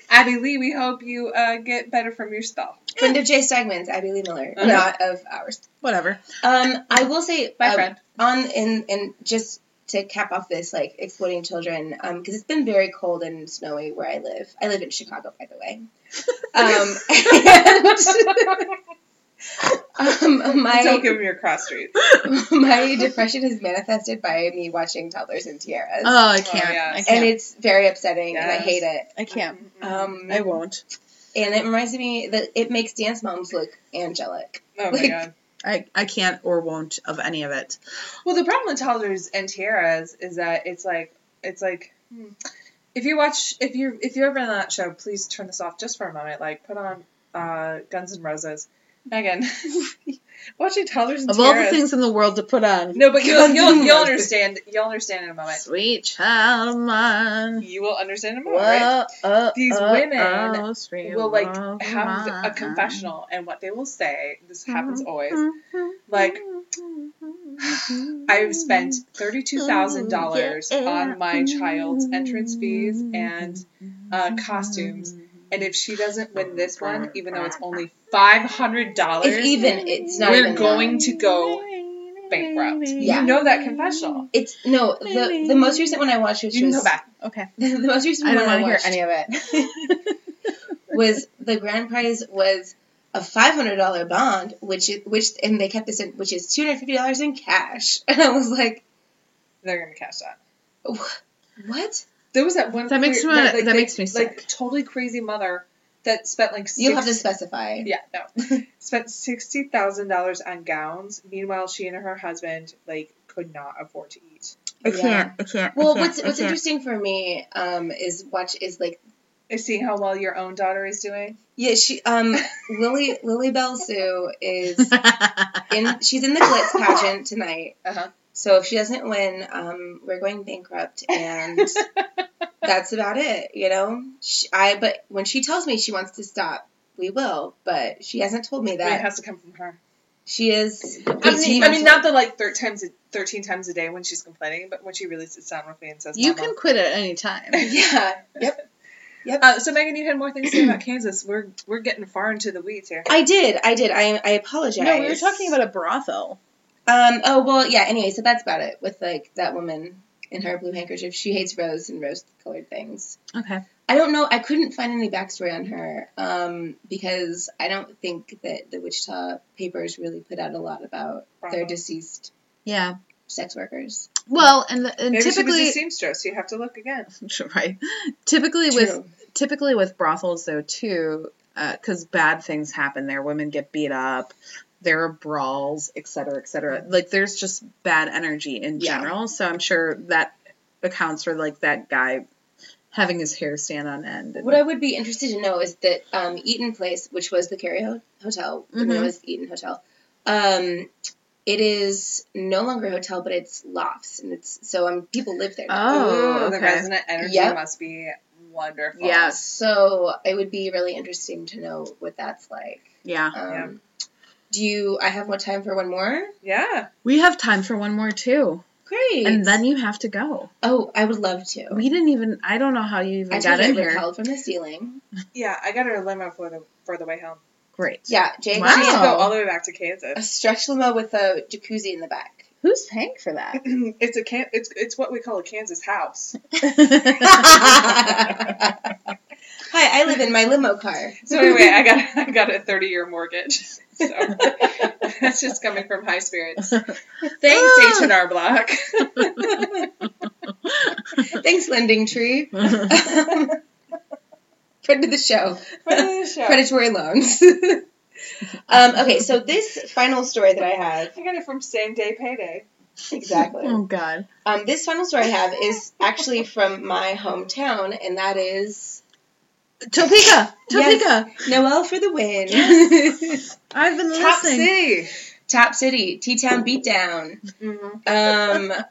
[SPEAKER 1] Abby Lee, we hope you uh, get better from your spell.
[SPEAKER 3] Friend of Jay Stegman's, Abby Lee Miller,
[SPEAKER 1] Okay.
[SPEAKER 3] not of ours.
[SPEAKER 2] Whatever.
[SPEAKER 3] Um, I will say,
[SPEAKER 1] Bye,
[SPEAKER 3] um,
[SPEAKER 1] friend.
[SPEAKER 3] on and and just to cap off this like exploding children because it's been very cold and snowy where i live i live in chicago by the way um, and, um,
[SPEAKER 1] Don't
[SPEAKER 3] my,
[SPEAKER 1] give him your cross streets.
[SPEAKER 3] my depression is manifested by me watching toddlers and tiaras
[SPEAKER 2] Oh, I can't.
[SPEAKER 1] Oh, yes.
[SPEAKER 2] I can't.
[SPEAKER 3] and it's very upsetting and i
[SPEAKER 1] Yes.
[SPEAKER 3] hate it
[SPEAKER 2] I can't.
[SPEAKER 3] um,
[SPEAKER 2] Mm-hmm.
[SPEAKER 1] Mm-hmm.
[SPEAKER 2] I won't.
[SPEAKER 3] and it reminds me that it makes dance moms look angelic
[SPEAKER 1] Oh my
[SPEAKER 3] like-
[SPEAKER 1] god.
[SPEAKER 2] I, I can't or won't of any of it.
[SPEAKER 1] Well, the problem with toddlers and tiaras is that it's like it's like hmm, if you watch if you if you're ever on that show, please turn this off just for a moment. Like put on uh, Guns N' Roses. Megan, watching toddlers and
[SPEAKER 2] Of all the
[SPEAKER 1] tiaras-
[SPEAKER 2] things in the world to put on.
[SPEAKER 1] No, but you'll
[SPEAKER 3] Guns
[SPEAKER 1] you'll,
[SPEAKER 3] N'
[SPEAKER 1] you'll
[SPEAKER 3] Roses.
[SPEAKER 1] understand. You'll understand in a moment.
[SPEAKER 2] Sweet child of mine.
[SPEAKER 1] You will understand in a moment. right?
[SPEAKER 2] Whoa, oh,
[SPEAKER 1] These
[SPEAKER 2] oh,
[SPEAKER 1] women
[SPEAKER 2] oh, sweet
[SPEAKER 1] Will like
[SPEAKER 2] love of
[SPEAKER 1] have a
[SPEAKER 2] mine.
[SPEAKER 1] confessional and what they will say. This happens
[SPEAKER 2] Mm-hmm.
[SPEAKER 1] always.
[SPEAKER 2] Like,
[SPEAKER 1] I've spent thirty-two thousand dollars on my child's entrance fees and uh, costumes, and if she doesn't win this one, even though it's only five hundred
[SPEAKER 3] if
[SPEAKER 1] dollars,
[SPEAKER 3] even it's not
[SPEAKER 1] We're
[SPEAKER 3] even that.
[SPEAKER 1] going to go bankrupt.
[SPEAKER 3] Yeah.
[SPEAKER 1] You know that confessional.
[SPEAKER 3] it's no the, the most recent one i watched which
[SPEAKER 1] You can
[SPEAKER 3] was
[SPEAKER 1] go back.
[SPEAKER 2] Okay.
[SPEAKER 3] the most recent
[SPEAKER 2] I
[SPEAKER 3] one
[SPEAKER 2] don't want to hear
[SPEAKER 3] watched,
[SPEAKER 2] any of it.
[SPEAKER 3] was the grand prize was a five hundred dollar bond, which is, which and they kept this in, which is two hundred fifty dollars in cash, and I was like,
[SPEAKER 1] They're gonna cash that.
[SPEAKER 3] what?
[SPEAKER 1] There was that one.
[SPEAKER 2] That makes
[SPEAKER 1] cra-
[SPEAKER 2] me-
[SPEAKER 1] like,
[SPEAKER 2] that
[SPEAKER 1] they-
[SPEAKER 2] makes me
[SPEAKER 1] like
[SPEAKER 2] sick.
[SPEAKER 1] totally crazy mother that spent like six,
[SPEAKER 3] You'll have to specify.
[SPEAKER 1] Yeah, no. Spent sixty thousand dollars on gowns. Meanwhile, she and her husband like could not afford to eat.
[SPEAKER 2] I
[SPEAKER 3] Yeah.
[SPEAKER 2] can't. I can't. I
[SPEAKER 3] Well,
[SPEAKER 2] can't,
[SPEAKER 3] what's
[SPEAKER 2] I
[SPEAKER 3] what's
[SPEAKER 2] can't.
[SPEAKER 3] interesting for me um, is watch is like
[SPEAKER 1] Is seeing how well your own daughter is doing.
[SPEAKER 3] yeah she um Lily Lily Bell Sue is in she's in the glitz pageant tonight.
[SPEAKER 1] Uh-huh.
[SPEAKER 3] So if she doesn't win, um, we're going bankrupt, and that's about it. You know, she, I but when she tells me she wants to stop, we will. But she hasn't told me
[SPEAKER 1] But it
[SPEAKER 3] that.
[SPEAKER 1] has to come from her.
[SPEAKER 3] She is.
[SPEAKER 1] I mean, I mean, not the like thir- times, a- thirteen times a day when she's complaining, but when she really sits down with me and says,
[SPEAKER 2] you
[SPEAKER 1] "Mama."
[SPEAKER 2] can quit at any time.
[SPEAKER 3] Yeah.
[SPEAKER 1] Uh, so Megan, you had more things to say about Kansas. We're we're getting far into the weeds here.
[SPEAKER 3] I did. I did. I, I apologize.
[SPEAKER 2] No, we were talking about a brothel.
[SPEAKER 3] Um. Oh well. Yeah. Anyway, so that's about it with like that woman in her blue handkerchief. She hates rose and rose colored things.
[SPEAKER 2] Okay.
[SPEAKER 3] I don't know. I couldn't find any backstory on her um, because I don't think that the Wichita papers really put out a lot about their
[SPEAKER 1] Bravo.
[SPEAKER 3] deceased
[SPEAKER 2] Yeah.
[SPEAKER 3] sex workers.
[SPEAKER 2] Well, and, the, and
[SPEAKER 1] Maybe she was
[SPEAKER 2] typically,
[SPEAKER 1] a seamstress. You have to look again.
[SPEAKER 2] right? Typically with
[SPEAKER 3] True.
[SPEAKER 2] typically with brothels though too, because bad things happen there. Women get beat up. There are brawls, et cetera, et cetera. Like there's just bad energy in
[SPEAKER 3] Yeah.
[SPEAKER 2] general. So I'm sure that accounts for like that guy having his hair stand on end. and-
[SPEAKER 3] What I would be interested to know is that um, Eaton Place, which was the Carey Ho- Hotel, when it
[SPEAKER 2] Mhm.
[SPEAKER 3] was the Eaton Hotel, um, it is no longer a hotel, but it's lofts, and it's so um, people live there. now.
[SPEAKER 2] oh,
[SPEAKER 1] Ooh, the
[SPEAKER 2] okay.
[SPEAKER 1] resident energy
[SPEAKER 3] Yep.
[SPEAKER 1] must be wonderful.
[SPEAKER 2] Yeah.
[SPEAKER 3] So it would be really interesting to know what that's like.
[SPEAKER 2] Yeah,
[SPEAKER 3] Um,
[SPEAKER 1] Yeah.
[SPEAKER 3] Do you? I have more time for one more.
[SPEAKER 1] yeah.
[SPEAKER 2] we have time for one more too,
[SPEAKER 3] Great.
[SPEAKER 2] and then you have to go.
[SPEAKER 3] oh, I would love to.
[SPEAKER 2] We didn't even. I don't know how you even
[SPEAKER 3] I
[SPEAKER 2] got
[SPEAKER 3] told you
[SPEAKER 2] in
[SPEAKER 3] it
[SPEAKER 2] here.
[SPEAKER 3] repelled from the ceiling.
[SPEAKER 1] Yeah, I got her a limo for the for the way home.
[SPEAKER 2] Great.
[SPEAKER 3] Yeah, Jay.
[SPEAKER 2] Wow.
[SPEAKER 1] She
[SPEAKER 3] she's
[SPEAKER 1] should
[SPEAKER 2] Wow.
[SPEAKER 1] go all the way back to Kansas.
[SPEAKER 3] A stretch limo with a jacuzzi in the back.
[SPEAKER 2] Who's paying for that?
[SPEAKER 1] it's a can- it's it's what we call a Kansas house.
[SPEAKER 3] Hi, I live in my limo car.
[SPEAKER 1] So anyway, I got I got a thirty year mortgage. So that's just coming from high spirits.
[SPEAKER 3] Ah.
[SPEAKER 1] Thanks H and R Block.
[SPEAKER 3] Thanks, Lending Tree. Friend of the show.
[SPEAKER 1] I
[SPEAKER 3] Predatory loans. um, okay, so this final story that I have,
[SPEAKER 1] got it from same day payday.
[SPEAKER 3] exactly.
[SPEAKER 2] oh God.
[SPEAKER 3] Um, this final story I have is actually from my hometown, and that is
[SPEAKER 2] Topeka,
[SPEAKER 3] Yes.
[SPEAKER 2] Topeka.
[SPEAKER 3] Noel for the win.
[SPEAKER 2] I've been
[SPEAKER 1] Top
[SPEAKER 2] listening.
[SPEAKER 1] City.
[SPEAKER 3] Top City, T Town Beatdown.
[SPEAKER 1] Mhm.
[SPEAKER 3] Um,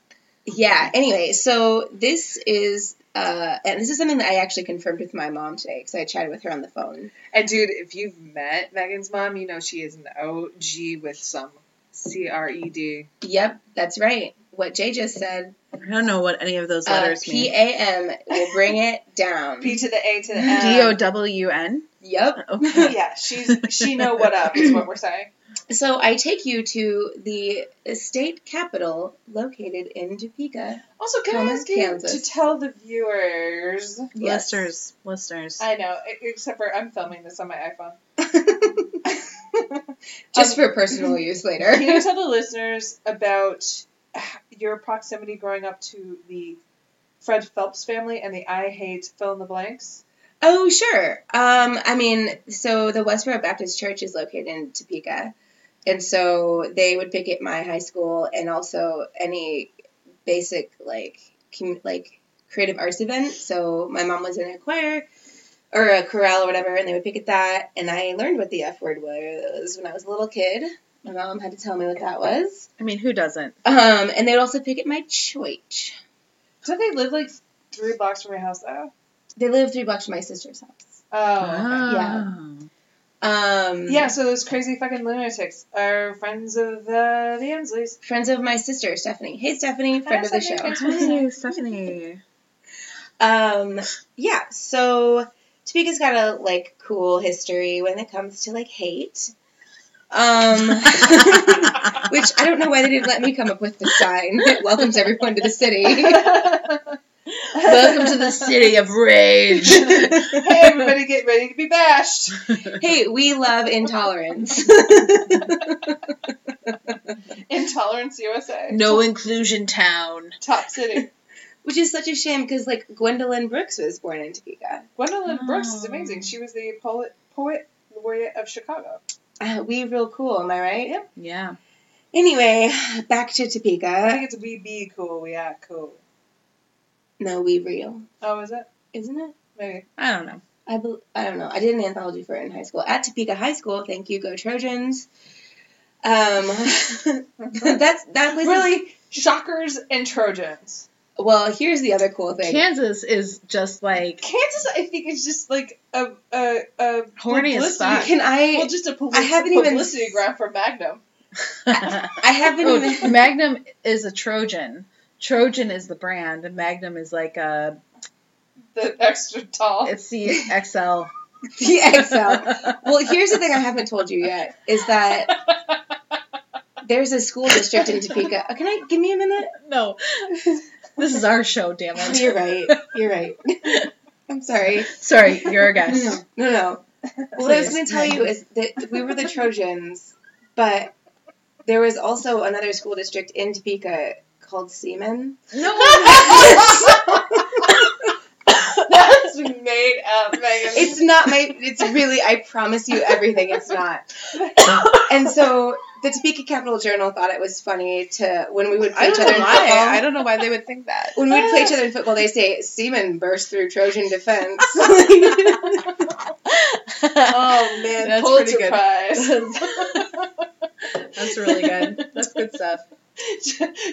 [SPEAKER 3] yeah. Anyway, so this is. Uh, and this is something that I actually confirmed with my mom today because I chatted with her on the phone.
[SPEAKER 1] And dude, if you've met Megan's mom, you know she is an OG with some C R E D.
[SPEAKER 3] Yep, that's right. What Jay just said.
[SPEAKER 2] I don't know what any of those
[SPEAKER 3] Uh,
[SPEAKER 2] letters
[SPEAKER 3] P
[SPEAKER 2] mean.
[SPEAKER 3] A M will bring it down.
[SPEAKER 1] P to the A to the M.
[SPEAKER 2] D O W N.
[SPEAKER 3] yep.
[SPEAKER 2] Okay.
[SPEAKER 1] yeah, she's she know what up is what we're saying.
[SPEAKER 3] So I take you to the state capital located in Topeka.
[SPEAKER 1] Also, can I
[SPEAKER 3] Thomas,
[SPEAKER 1] ask you
[SPEAKER 3] Kansas.
[SPEAKER 1] to tell the viewers?
[SPEAKER 3] Yes.
[SPEAKER 2] Listeners, listeners.
[SPEAKER 1] I know, e- except for I'm filming this on my iPhone.
[SPEAKER 3] Just for personal use later.
[SPEAKER 1] Can you tell the listeners about your proximity growing up to the Fred Phelps family and the I hate fill in the blanks?
[SPEAKER 3] Oh, sure. Um, I mean, so the Westboro Baptist Church is located in Topeka. And so they would picket my high school and also any basic like commu- like creative arts event. So my mom was in a choir or a chorale or whatever, and they would picket that. And I learned what the F word was when I was a little kid. My mom had to tell me what that was.
[SPEAKER 2] I mean, who doesn't?
[SPEAKER 3] Um, and they would also picket my choich.
[SPEAKER 1] Don't they live like three blocks from your house though?
[SPEAKER 3] They lived three blocks from my sister's house.
[SPEAKER 2] Ah.
[SPEAKER 1] Oh. okay.
[SPEAKER 3] Um,
[SPEAKER 1] Yeah, so those crazy fucking lunatics are friends of uh, the, the Emsleys.
[SPEAKER 3] friends of my sister Stephanie. Hey Stephanie, friend
[SPEAKER 1] Hi,
[SPEAKER 3] of the
[SPEAKER 1] Stephanie.
[SPEAKER 3] show.
[SPEAKER 2] Hey, Stephanie.
[SPEAKER 3] Um, yeah, so Topeka's got a like cool history when it comes to like hate. Um, which I don't know why they didn't let me come up with the sign that welcomes everyone to the city.
[SPEAKER 2] Welcome to the city of rage.
[SPEAKER 1] hey, everybody, get ready to be bashed.
[SPEAKER 3] Hey, we love intolerance.
[SPEAKER 1] Intolerance USA.
[SPEAKER 2] no inclusion town.
[SPEAKER 1] Top City.
[SPEAKER 3] which is such a shame because like Gwendolyn Brooks was born in Topeka.
[SPEAKER 1] Gwendolyn Brooks is
[SPEAKER 2] Oh.
[SPEAKER 1] amazing. She was the poet, poet laureate of Chicago.
[SPEAKER 3] Uh, we real cool, am I right? Yep.
[SPEAKER 2] Yeah.
[SPEAKER 3] Anyway, back to
[SPEAKER 1] I
[SPEAKER 3] Topeka.
[SPEAKER 1] think it's we be cool, we are cool.
[SPEAKER 3] No, we real,
[SPEAKER 1] Oh, is it?
[SPEAKER 3] isn't it?
[SPEAKER 1] Maybe.
[SPEAKER 2] I don't know.
[SPEAKER 3] I, bel I don't know. I did an anthology for it in high school at Topeka High School. Thank you, go Trojans. Um, that's that place. is-
[SPEAKER 1] really? Shockers and Trojans.
[SPEAKER 3] well, here's the other cool thing.
[SPEAKER 2] Kansas is just like
[SPEAKER 1] Kansas, I think, is just like a. a, a
[SPEAKER 2] Horny as
[SPEAKER 1] publicity-
[SPEAKER 2] fuck.
[SPEAKER 3] Can I?
[SPEAKER 1] Well, just a public,
[SPEAKER 3] I haven't even-
[SPEAKER 1] publicity ground for Magnum.
[SPEAKER 3] I haven't
[SPEAKER 2] Oh,
[SPEAKER 3] even.
[SPEAKER 2] Magnum is a Trojan. Trojan is the brand, and Magnum is like a
[SPEAKER 1] The extra tall.
[SPEAKER 2] it's the XL.
[SPEAKER 3] the Excel. Well, here's the thing I haven't told you yet is that there's a school district in Topeka. Uh, Can I give me a minute?
[SPEAKER 2] no, this is our show. Damn
[SPEAKER 3] Oh,
[SPEAKER 2] it!
[SPEAKER 3] You're right. You're right. I'm sorry.
[SPEAKER 2] Sorry, you're a
[SPEAKER 3] No,
[SPEAKER 2] guest.
[SPEAKER 3] no, no. What I was
[SPEAKER 2] Please.
[SPEAKER 3] going to tell you is that we were the Trojans, but there was also another school district in Topeka called Seaman.
[SPEAKER 1] That's made up, Megan.
[SPEAKER 3] It's not my. It's really. I promise you everything. It's not. And so the Topeka Capital Journal thought it was funny to when we would play each other in football.
[SPEAKER 2] don't know why they would think that.
[SPEAKER 3] when we'd play each other in football, they say Seaman burst through Trojan defense. Like,
[SPEAKER 1] oh man,
[SPEAKER 2] That's
[SPEAKER 1] Pulitzer
[SPEAKER 2] pretty good.
[SPEAKER 1] Prize.
[SPEAKER 2] That's really good. That's good stuff.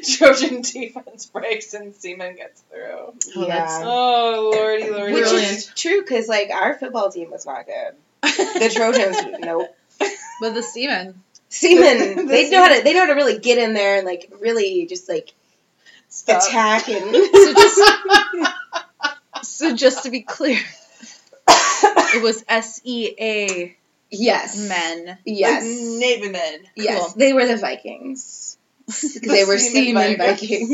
[SPEAKER 1] Trojan defense breaks and Seaman gets through.
[SPEAKER 2] Well, that's-
[SPEAKER 1] Oh lordy, lordy,
[SPEAKER 3] Which
[SPEAKER 1] lordy.
[SPEAKER 3] is true because like our football team was not good. The Trojans, nope.
[SPEAKER 2] But the semen.
[SPEAKER 3] Seaman,
[SPEAKER 1] The
[SPEAKER 3] they know how to. They know how to really get in there and like really just like
[SPEAKER 1] Stop.
[SPEAKER 3] attack and.
[SPEAKER 2] So just, so just to be clear, it was S E A
[SPEAKER 3] Yes.
[SPEAKER 2] men.
[SPEAKER 3] Yes.
[SPEAKER 1] Like Navy men.
[SPEAKER 3] Yes.
[SPEAKER 2] Cool.
[SPEAKER 3] They were the Vikings. Because they were
[SPEAKER 1] Seaman
[SPEAKER 3] seamen
[SPEAKER 1] Vikings.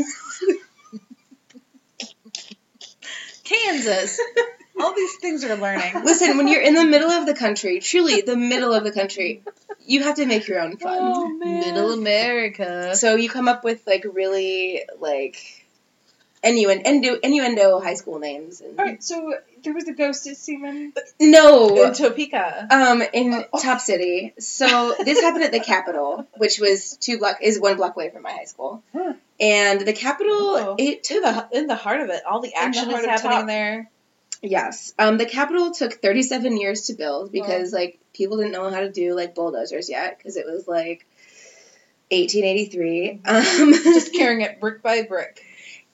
[SPEAKER 3] Vikings.
[SPEAKER 2] Kansas. All these things are learning.
[SPEAKER 3] Listen, when you're in the middle of the country, truly the middle of the country, you have to make your own fun.
[SPEAKER 1] Oh, man.
[SPEAKER 2] Middle America.
[SPEAKER 3] So you come up with like really like innuendo, innuendo high school names. And,
[SPEAKER 1] All right, so there was a ghosted Seaman.
[SPEAKER 3] No.
[SPEAKER 2] Topeka.
[SPEAKER 3] Um, in
[SPEAKER 1] Oh.
[SPEAKER 3] Top City. So this happened at the Capitol, which was two block is one block away from my high school.
[SPEAKER 1] Huh.
[SPEAKER 3] And the Capitol,
[SPEAKER 2] Oh.
[SPEAKER 3] it took
[SPEAKER 2] in the heart of it, all the
[SPEAKER 1] action is happening
[SPEAKER 2] there.
[SPEAKER 3] Yes. Um, the Capitol took 37 years to build because, like, people didn't know how to do, like, bulldozers yet because it was, like, 1883.
[SPEAKER 1] Mm-hmm.
[SPEAKER 3] Um,
[SPEAKER 2] Just carrying it brick by brick.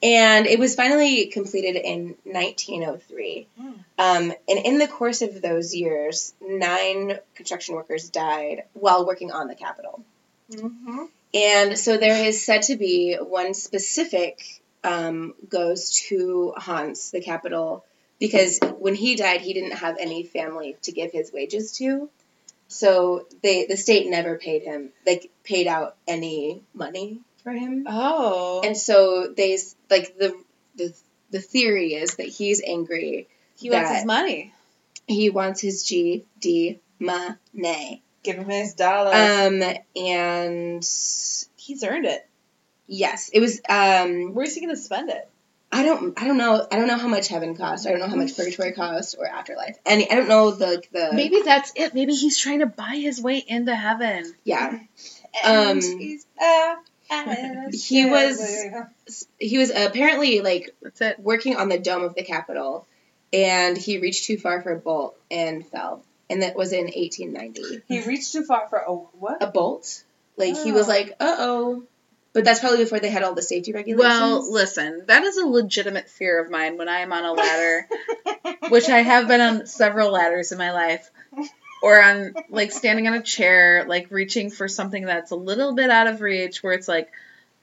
[SPEAKER 3] and it was finally completed in 1903.
[SPEAKER 1] Hmm.
[SPEAKER 3] Um, and in the course of those years, nine construction workers died while working on the Capitol.
[SPEAKER 1] Mm-hmm.
[SPEAKER 3] And so there is said to be one specific um, goes to Hans, the capital, because when he died, he didn't have any family to give his wages to. So they the state never paid him, like paid out any money for him.
[SPEAKER 2] Oh.
[SPEAKER 3] And so they s- like the the the theory is that he's angry.
[SPEAKER 2] he wants
[SPEAKER 3] that-
[SPEAKER 2] his money.
[SPEAKER 3] He wants his GD money.
[SPEAKER 1] Give him his dollar.
[SPEAKER 3] Um and
[SPEAKER 2] He's earned it.
[SPEAKER 3] Yes, it was. Um,
[SPEAKER 2] Where's he going to spend it?
[SPEAKER 3] I don't. I don't know. I don't know how much heaven cost. I don't know how much purgatory cost or afterlife. And I don't know the like, the
[SPEAKER 2] Maybe that's it. Maybe he's trying to buy his way into heaven.
[SPEAKER 3] yeah.
[SPEAKER 1] And
[SPEAKER 3] um,
[SPEAKER 1] he's back and
[SPEAKER 3] he
[SPEAKER 1] share
[SPEAKER 3] was-
[SPEAKER 1] with her.
[SPEAKER 3] He was apparently like
[SPEAKER 2] That's it.
[SPEAKER 3] working on the dome of the Capitol, and he reached too far for a bolt and fell. And that was in 1890.
[SPEAKER 1] He reached too far for a what?
[SPEAKER 3] A bolt, like he was
[SPEAKER 1] Oh.
[SPEAKER 3] like, uh oh. But that's probably before they had all the safety regulations.
[SPEAKER 2] Well, listen, that is a legitimate fear of mine when I am on a ladder, which I have been on several ladders in my life, or on like standing on a chair, like reaching for something that's a little bit out of reach, where it's like,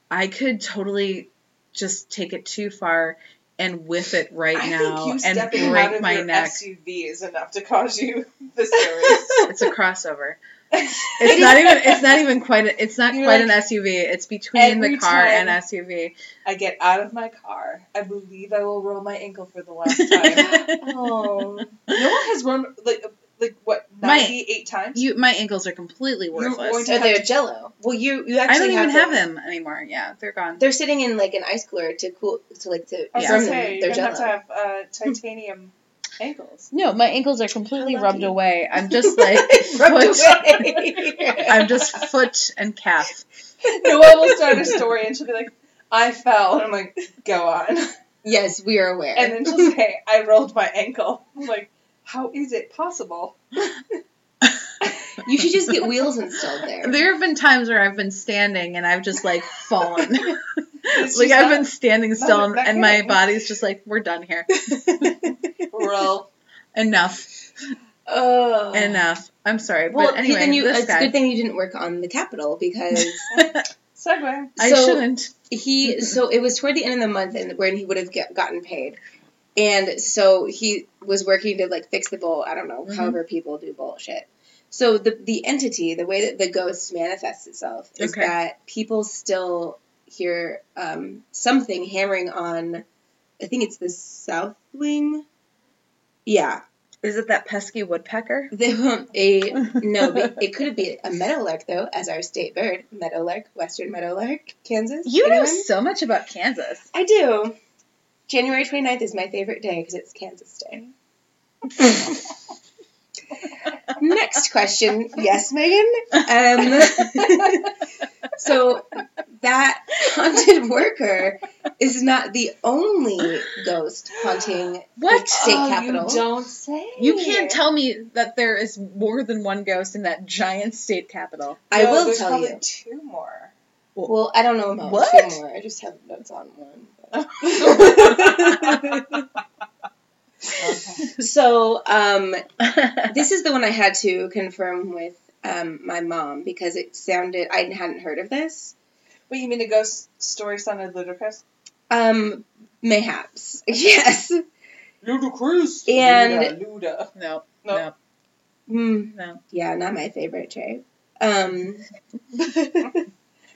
[SPEAKER 2] I could totally just take it too far and whiff it right
[SPEAKER 1] I
[SPEAKER 2] now
[SPEAKER 1] think you
[SPEAKER 2] and
[SPEAKER 1] stepping out
[SPEAKER 2] break
[SPEAKER 1] of
[SPEAKER 2] my
[SPEAKER 1] your
[SPEAKER 2] neck.
[SPEAKER 1] SUV is enough to cause you the series.
[SPEAKER 2] It's a crossover. It's not even. It's not even quite. A, it's not
[SPEAKER 1] You're
[SPEAKER 2] quite
[SPEAKER 1] like,
[SPEAKER 2] an SUV. It's between the
[SPEAKER 1] every
[SPEAKER 2] car
[SPEAKER 1] time-
[SPEAKER 2] and SUV.
[SPEAKER 1] I get out of my car. I believe I will roll my ankle for the last time.
[SPEAKER 3] oh,
[SPEAKER 1] no one has run like like what
[SPEAKER 2] My-
[SPEAKER 1] ninety eight times.
[SPEAKER 2] You, my ankles are completely worthless.
[SPEAKER 1] going
[SPEAKER 3] so they're jello. Well, you you actually
[SPEAKER 2] I don't even have
[SPEAKER 3] them.
[SPEAKER 2] them anymore. Yeah, they're gone.
[SPEAKER 3] They're sitting in like an ice cooler to cool to like to
[SPEAKER 1] I was
[SPEAKER 2] Yeah.
[SPEAKER 1] gonna
[SPEAKER 3] firm them.
[SPEAKER 1] say
[SPEAKER 3] They're
[SPEAKER 1] you're gonna have to
[SPEAKER 3] jello.
[SPEAKER 1] have uh, titanium ankles.
[SPEAKER 2] No, my ankles are completely
[SPEAKER 3] How lucky.
[SPEAKER 2] rubbed away. I'm just like foot. I'm just foot and calf.
[SPEAKER 1] No one will start a story and she'll be like, "I fell," and I'm like, "Go on."
[SPEAKER 3] yes, we are aware.
[SPEAKER 1] And then she'll say, "I rolled my ankle." I'm like, how is it possible?
[SPEAKER 3] you should just get wheels installed there.
[SPEAKER 2] There have been times where I've been standing and I've just like fallen.
[SPEAKER 1] It's
[SPEAKER 2] like
[SPEAKER 1] just
[SPEAKER 2] I've been standing still
[SPEAKER 1] not- not
[SPEAKER 2] and my
[SPEAKER 1] good.
[SPEAKER 2] body's just like, we're done here.
[SPEAKER 1] roll.
[SPEAKER 2] Enough.
[SPEAKER 3] Oh.
[SPEAKER 2] Enough. I'm sorry.
[SPEAKER 3] well,
[SPEAKER 2] but anyway,
[SPEAKER 3] then you,
[SPEAKER 2] this
[SPEAKER 3] it's a
[SPEAKER 2] guy.
[SPEAKER 3] good thing you didn't work on the Capitol because
[SPEAKER 1] Segway.
[SPEAKER 2] I
[SPEAKER 3] so
[SPEAKER 2] shouldn't.
[SPEAKER 3] he so it was toward the end of the month and when he would have get, gotten paid, and so he was working to like fix the bowl. I don't know,
[SPEAKER 2] Mhm.
[SPEAKER 3] however people do bullshit. So the the entity, the way that the ghost manifests itself, is
[SPEAKER 2] Okay.
[SPEAKER 3] that people still hear um, something hammering on. I think it's the south wing. Yeah,
[SPEAKER 2] Is it that pesky woodpecker?
[SPEAKER 3] They want a no. but It could be a meadowlark though, as our state bird, meadowlark, western meadowlark, Kansas.
[SPEAKER 2] You know
[SPEAKER 3] Anyone?
[SPEAKER 2] so much about Kansas.
[SPEAKER 3] I do. January 29th is my favorite day because it's Kansas Day. Next question. Yes, Megan. Um, so that haunted worker is not the only ghost haunting
[SPEAKER 2] What? Oh,
[SPEAKER 3] state
[SPEAKER 1] Oh,
[SPEAKER 3] capital.
[SPEAKER 1] You don't say.
[SPEAKER 2] You can't tell me that there is more than one ghost in that giant state capitol.
[SPEAKER 3] I
[SPEAKER 1] No,
[SPEAKER 3] will
[SPEAKER 1] there's
[SPEAKER 3] tell
[SPEAKER 1] probably
[SPEAKER 3] you.
[SPEAKER 1] Two more.
[SPEAKER 3] Well, I don't know about
[SPEAKER 2] What?
[SPEAKER 3] two more. I just have notes on one.
[SPEAKER 1] Okay.
[SPEAKER 3] So um, this is the one I had to confirm with um, my mom because it sounded I hadn't heard of this.
[SPEAKER 1] Wait, you mean the ghost story sounded ludicrous?
[SPEAKER 3] Um, mayhaps, yes.
[SPEAKER 1] Ludicrous.
[SPEAKER 3] And-
[SPEAKER 1] Luda, Luda.
[SPEAKER 2] no,
[SPEAKER 1] No.
[SPEAKER 2] no,
[SPEAKER 3] Hmm.
[SPEAKER 2] No.
[SPEAKER 3] Yeah, not my favorite Jay. Um,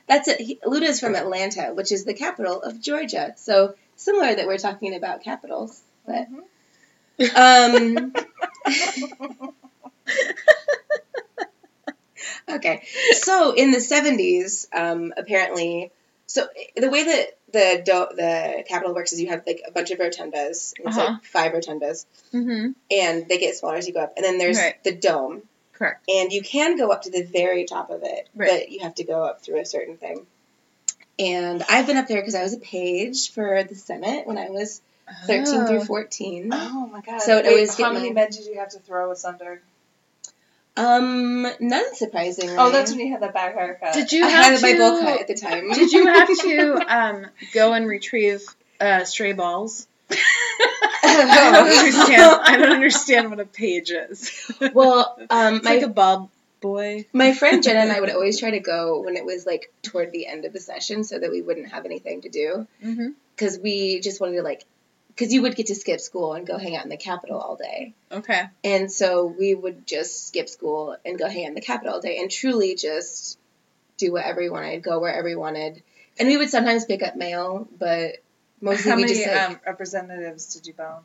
[SPEAKER 3] that's it. He, Luda's from Atlanta, which is the capital of Georgia. So similar that we're talking about capitals, but
[SPEAKER 2] Mm-hmm.
[SPEAKER 3] um, okay. So in the seventies, um, apparently, so the way that the do- the capital works is you have like a bunch of rotundas. And it's
[SPEAKER 2] Uh-huh.
[SPEAKER 3] like five rotundas,
[SPEAKER 2] Mm-hmm.
[SPEAKER 3] and they get smaller as you go up. And then there's
[SPEAKER 2] Right.
[SPEAKER 3] the dome,
[SPEAKER 2] Correct.
[SPEAKER 3] and you can go up to the very top of it,
[SPEAKER 2] Right.
[SPEAKER 3] but you have to go up through a certain thing. And I've been up there because I was a page for the Senate when I was 13
[SPEAKER 2] Oh.
[SPEAKER 3] through 14.
[SPEAKER 1] Oh my god.
[SPEAKER 3] So it
[SPEAKER 1] Wait,
[SPEAKER 3] always
[SPEAKER 1] how
[SPEAKER 3] get
[SPEAKER 1] many
[SPEAKER 3] me.
[SPEAKER 1] men did you have to throw asunder?
[SPEAKER 3] Um, none surprisingly.
[SPEAKER 1] Oh, that's when you had that back haircut.
[SPEAKER 2] Did you
[SPEAKER 3] I
[SPEAKER 2] have
[SPEAKER 3] had
[SPEAKER 2] to?
[SPEAKER 3] it by bowl cut at the time.
[SPEAKER 2] Did you have to um, go and retrieve uh, stray balls? Oh, I don't understand. I don't understand what a page is.
[SPEAKER 3] well, um,
[SPEAKER 2] It's
[SPEAKER 3] my
[SPEAKER 2] like a bob boy.
[SPEAKER 3] my friend Jenna and I would always try to go when it was like toward the end of the session, so that we wouldn't have anything to do.
[SPEAKER 2] Mm-hmm.
[SPEAKER 3] because we just wanted to like because you would get to skip school and go hang out in the Capitol all day
[SPEAKER 2] Okay.
[SPEAKER 3] and so we would just skip school and go hang out in the Capitol all day and truly just do whatever we wanted go wherever we wanted and we would sometimes pick up mail but mostly
[SPEAKER 1] How
[SPEAKER 3] we
[SPEAKER 1] many
[SPEAKER 3] just like
[SPEAKER 1] um, representatives did you bone?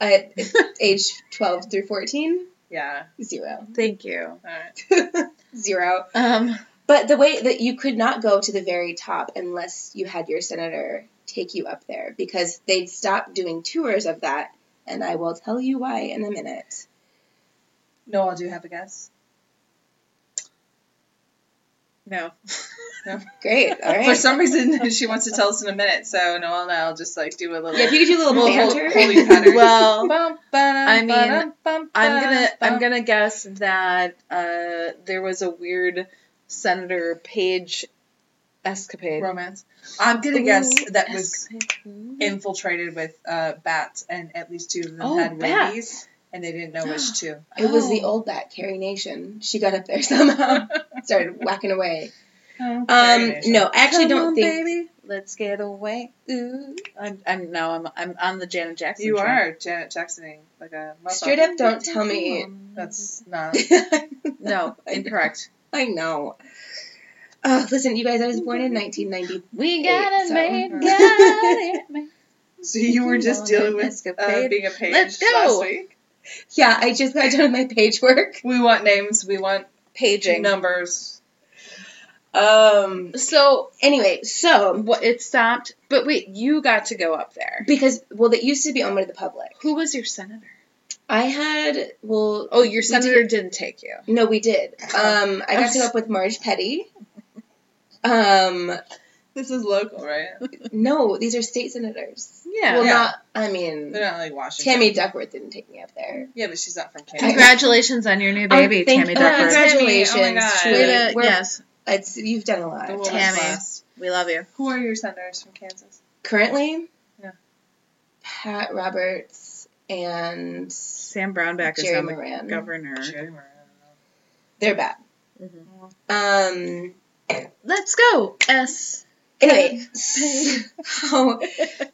[SPEAKER 3] at age 12 through 14
[SPEAKER 1] Yeah.
[SPEAKER 3] zero
[SPEAKER 2] Thank you.
[SPEAKER 1] All right.
[SPEAKER 3] zero
[SPEAKER 2] Um,
[SPEAKER 3] but the way that you could not go to the very top unless you had your senator take you up there because they'd stop doing tours of that and I will tell you why in a minute.
[SPEAKER 1] Noel, do you have a guess?
[SPEAKER 2] no.
[SPEAKER 3] Great. All right.
[SPEAKER 1] For some reason, she wants to tell us in a minute. So Noel and I'll just like do a little.
[SPEAKER 3] yeah, if you could do a little
[SPEAKER 1] Well, hol-
[SPEAKER 3] banter.
[SPEAKER 1] holy pattern.
[SPEAKER 2] Well,
[SPEAKER 1] I
[SPEAKER 2] mean, I'm gonna I'm gonna guess that uh, there was a weird Senator Page escapade.
[SPEAKER 1] romance. I'm gonna guess that was
[SPEAKER 2] Escapade.
[SPEAKER 1] infiltrated with uh, bats, and at least two of them
[SPEAKER 2] Oh,
[SPEAKER 1] had
[SPEAKER 2] bats.
[SPEAKER 1] rabies, and they didn't know which two.
[SPEAKER 3] it was the
[SPEAKER 2] Oh.
[SPEAKER 3] old bat, Carrie Nation. She got up there somehow, started whacking away. Um,
[SPEAKER 1] Very nice.
[SPEAKER 3] no, I actually
[SPEAKER 2] Come
[SPEAKER 3] don't
[SPEAKER 2] on,
[SPEAKER 3] think.
[SPEAKER 2] Baby, let's get away. Ooh. I'm, I'm no, I'm I'm on the Janet Jackson.
[SPEAKER 1] you
[SPEAKER 2] track.
[SPEAKER 1] are Janet Jacksoning like a motherfucker.
[SPEAKER 3] Straight up, don't tell me.
[SPEAKER 1] That's not.
[SPEAKER 2] No, incorrect.
[SPEAKER 3] I know. Oh, listen, you guys, I was born in 1990.
[SPEAKER 2] We
[SPEAKER 3] gotta
[SPEAKER 2] gotta
[SPEAKER 3] make
[SPEAKER 2] make
[SPEAKER 1] So you were just dealing with uh,
[SPEAKER 2] Escapade.
[SPEAKER 1] being a page
[SPEAKER 2] Let's go.
[SPEAKER 1] last week.
[SPEAKER 3] Yeah, I just got done with my page work.
[SPEAKER 1] We want names. We want
[SPEAKER 2] paging.
[SPEAKER 1] numbers.
[SPEAKER 3] Um.
[SPEAKER 2] So
[SPEAKER 3] Anyway, so
[SPEAKER 2] what? It stopped. But wait, you got to go up there.
[SPEAKER 3] Because well, that used to be owned by the public.
[SPEAKER 2] Who was your senator?
[SPEAKER 3] I had well.
[SPEAKER 2] Oh, your
[SPEAKER 3] we
[SPEAKER 2] senator did. not take you.
[SPEAKER 3] did- no, we did. Um, I got to go up with Marge Petty. Um,
[SPEAKER 1] This is local, right?
[SPEAKER 3] no, these are state senators.
[SPEAKER 2] Yeah.
[SPEAKER 3] Well,
[SPEAKER 1] Yeah.
[SPEAKER 3] not. I mean,
[SPEAKER 1] They're not like Washington.
[SPEAKER 3] Tammy Duckworth didn't take me up there.
[SPEAKER 1] Yeah, but she's not from Canada.
[SPEAKER 2] Congratulations on your new baby,
[SPEAKER 3] Oh, thank-
[SPEAKER 2] Tammy
[SPEAKER 3] oh,
[SPEAKER 2] Duckworth.
[SPEAKER 1] Tammy.
[SPEAKER 3] congratulations!
[SPEAKER 1] Oh my God.
[SPEAKER 3] truly.
[SPEAKER 2] Way to-
[SPEAKER 3] We're-
[SPEAKER 2] yes,
[SPEAKER 3] it's, you've done a lot.
[SPEAKER 1] The woman's
[SPEAKER 2] Tammy.
[SPEAKER 1] last.
[SPEAKER 2] we love you.
[SPEAKER 1] Who are your senators from Kansas?
[SPEAKER 3] Currently,
[SPEAKER 1] Yeah.
[SPEAKER 3] Pat Roberts and
[SPEAKER 2] Sam Brownback is
[SPEAKER 3] Jerry
[SPEAKER 2] now the
[SPEAKER 3] Moran.
[SPEAKER 2] governor.
[SPEAKER 3] They're bad.
[SPEAKER 2] Mhm.
[SPEAKER 3] Um.
[SPEAKER 2] Let's go. S.
[SPEAKER 3] Anyway, so Uh,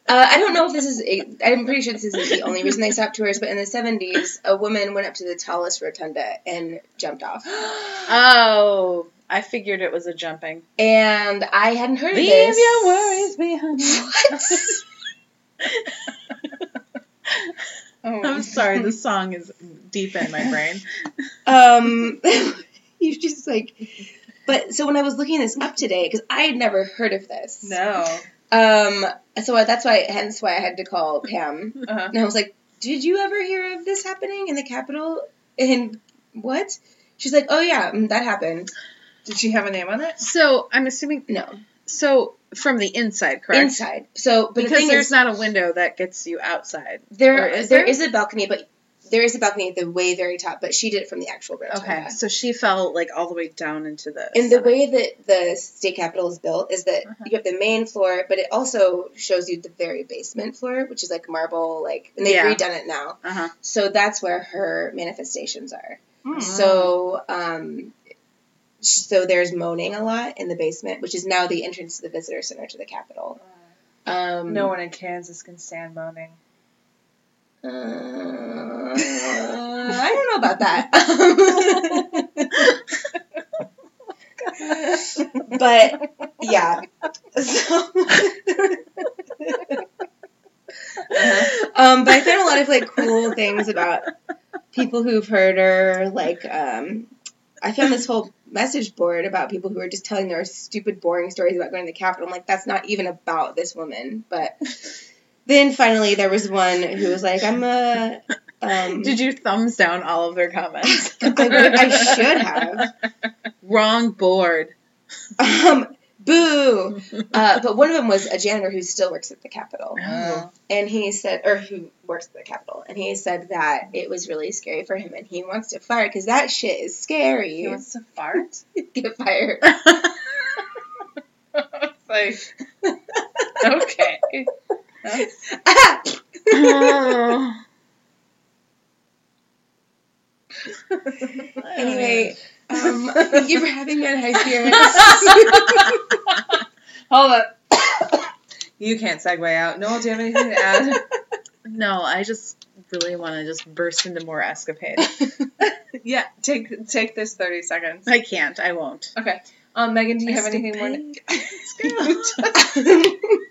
[SPEAKER 3] I don't know if this is. A, I'm pretty sure this isn't the only reason they stopped tours, but in the 70s, a woman went up to the tallest rotunda and jumped off.
[SPEAKER 2] Oh, I figured it was a jumping.
[SPEAKER 3] And I hadn't heard
[SPEAKER 2] Leave
[SPEAKER 3] of this.
[SPEAKER 2] your worries behind.
[SPEAKER 3] What?
[SPEAKER 1] Oh.
[SPEAKER 2] I'm sorry, the song is deep in my brain.
[SPEAKER 3] um, you just like. But so when I was looking this up today, because I had never heard of this.
[SPEAKER 1] No.
[SPEAKER 3] Um. So that's why, hence why I had to call Pam,
[SPEAKER 1] Uh-huh.
[SPEAKER 3] and I was like, "Did you ever hear of this happening in the Capitol? And what?" She's like, "Oh yeah, mm, that happened."
[SPEAKER 1] Did she have a name on it?
[SPEAKER 2] So I'm assuming.
[SPEAKER 3] No,
[SPEAKER 2] So from the inside, correct?
[SPEAKER 3] inside. So, but the
[SPEAKER 2] because
[SPEAKER 3] thing
[SPEAKER 2] there's
[SPEAKER 3] is,
[SPEAKER 2] not a window that gets you outside. or
[SPEAKER 3] there,
[SPEAKER 2] is
[SPEAKER 3] there
[SPEAKER 2] there?
[SPEAKER 3] is a balcony, but there is a balcony at the way very top. But she did it from the actual rotunda.
[SPEAKER 2] Okay, so she fell like all the way down into the.
[SPEAKER 3] And the
[SPEAKER 2] center.
[SPEAKER 3] way that the state capitol is built is that
[SPEAKER 2] Uh-huh.
[SPEAKER 3] you have the main floor, but it also shows you the very basement floor, which is like marble, like and they've
[SPEAKER 2] Yeah.
[SPEAKER 3] redone it now.
[SPEAKER 2] Uh-huh.
[SPEAKER 3] So that's where her manifestations are.
[SPEAKER 1] Hmm.
[SPEAKER 3] So, um, so there's moaning a lot in the basement, which is now the entrance to the visitor center to the capitol. Um,
[SPEAKER 1] No one in Kansas can stand moaning.
[SPEAKER 3] Uh, I don't know about that. but yeah. So um but I found a lot of like cool things about people who've heard her like um I found this whole message board about people who are just telling their stupid boring stories about going to the Capitol. I'm like that's not even about this woman, but then finally there was one who was like I'm a um
[SPEAKER 2] Did you thumbs down all of their comments?
[SPEAKER 3] I, would- I should have.
[SPEAKER 2] Wrong board.
[SPEAKER 3] Um, Boo! Uh, but one of them was a janitor who still works at the Capitol.
[SPEAKER 1] Oh.
[SPEAKER 3] And he said, or who works at the Capitol, and he said that it was really scary for him and he wants to fire because that shit is
[SPEAKER 1] He
[SPEAKER 3] scary.
[SPEAKER 1] wants to fart.
[SPEAKER 3] Get fired.
[SPEAKER 1] It's like okay.
[SPEAKER 3] Ah!
[SPEAKER 2] Oh.
[SPEAKER 3] anyway, um, thank you for having me on High Spirits.
[SPEAKER 1] Hold up. you can't segue out. Noel, do you have anything to add?
[SPEAKER 2] no, I just really want to just burst into more escapades.
[SPEAKER 1] yeah, take take this thirty seconds.
[SPEAKER 2] I can't. I won't.
[SPEAKER 1] Okay. Um, Megan, do you have anything more? To,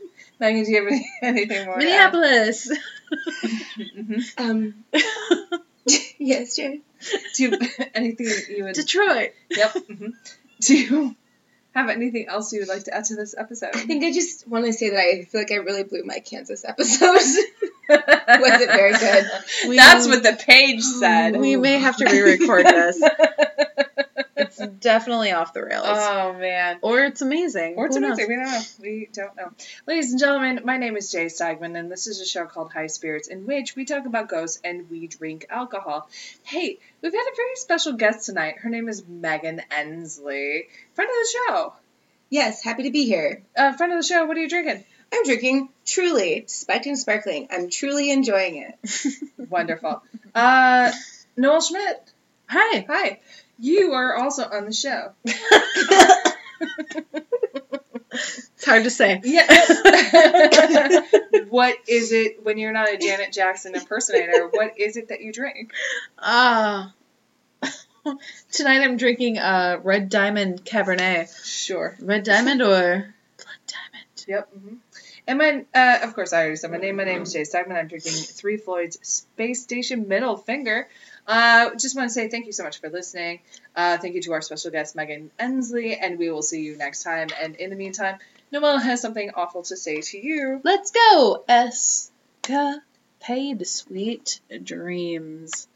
[SPEAKER 1] Megan, do you have any,
[SPEAKER 2] Oh,
[SPEAKER 1] anything more? Um, to add?
[SPEAKER 2] Minneapolis.
[SPEAKER 1] Mhm.
[SPEAKER 3] um, yes, Jen.
[SPEAKER 1] Do you, anything you would?
[SPEAKER 2] Detroit.
[SPEAKER 1] Yep. hmm Do you have anything else you would like to add to this episode?
[SPEAKER 3] I think I just want to say that I feel like I really blew my Kansas episode. Wasn't very good.
[SPEAKER 2] We-
[SPEAKER 1] That's what the page said.
[SPEAKER 2] We may have to re-record this. It's definitely off the rails.
[SPEAKER 1] oh man.
[SPEAKER 2] Uh, or it's amazing.
[SPEAKER 1] Or it's
[SPEAKER 2] Who knows?
[SPEAKER 1] amazing. We don't know. We don't know. Ladies and gentlemen, my name is Jay Steigman, and this is a show called High Spirits, in which we talk about ghosts and we drink alcohol. Hey, we've had a very special guest tonight. Her name is Megan Ensley, friend of the show.
[SPEAKER 3] Yes, happy to be here.
[SPEAKER 1] Uh, friend of the show, what are you drinking?
[SPEAKER 3] I'm drinking Truly Spiked and Sparkling. I'm truly enjoying it.
[SPEAKER 1] Wonderful. Uh, Noel Schmidt,
[SPEAKER 2] Hi.
[SPEAKER 1] hi. You are also on the show.
[SPEAKER 2] It's hard to say.
[SPEAKER 1] Yeah. what is it when you're not a Janet Jackson impersonator? What is it that you drink?
[SPEAKER 2] Ah. Tonight I'm drinking uh, Red Diamond Cabernet.
[SPEAKER 1] Sure.
[SPEAKER 2] Red Diamond or Blood Diamond?
[SPEAKER 1] Yep. hmm And my, uh, of course, I already said my name. My name is Jay Steigman. I'm drinking Three Floyd's Space Station Middle Finger. Uh, just want to say thank you so much for listening. Uh, thank you to our special guest, Megan Ensley, and we will see you next time. And in the meantime, Noelle has something awful to say to you.
[SPEAKER 2] Let's go. Escapade, sweet dreams.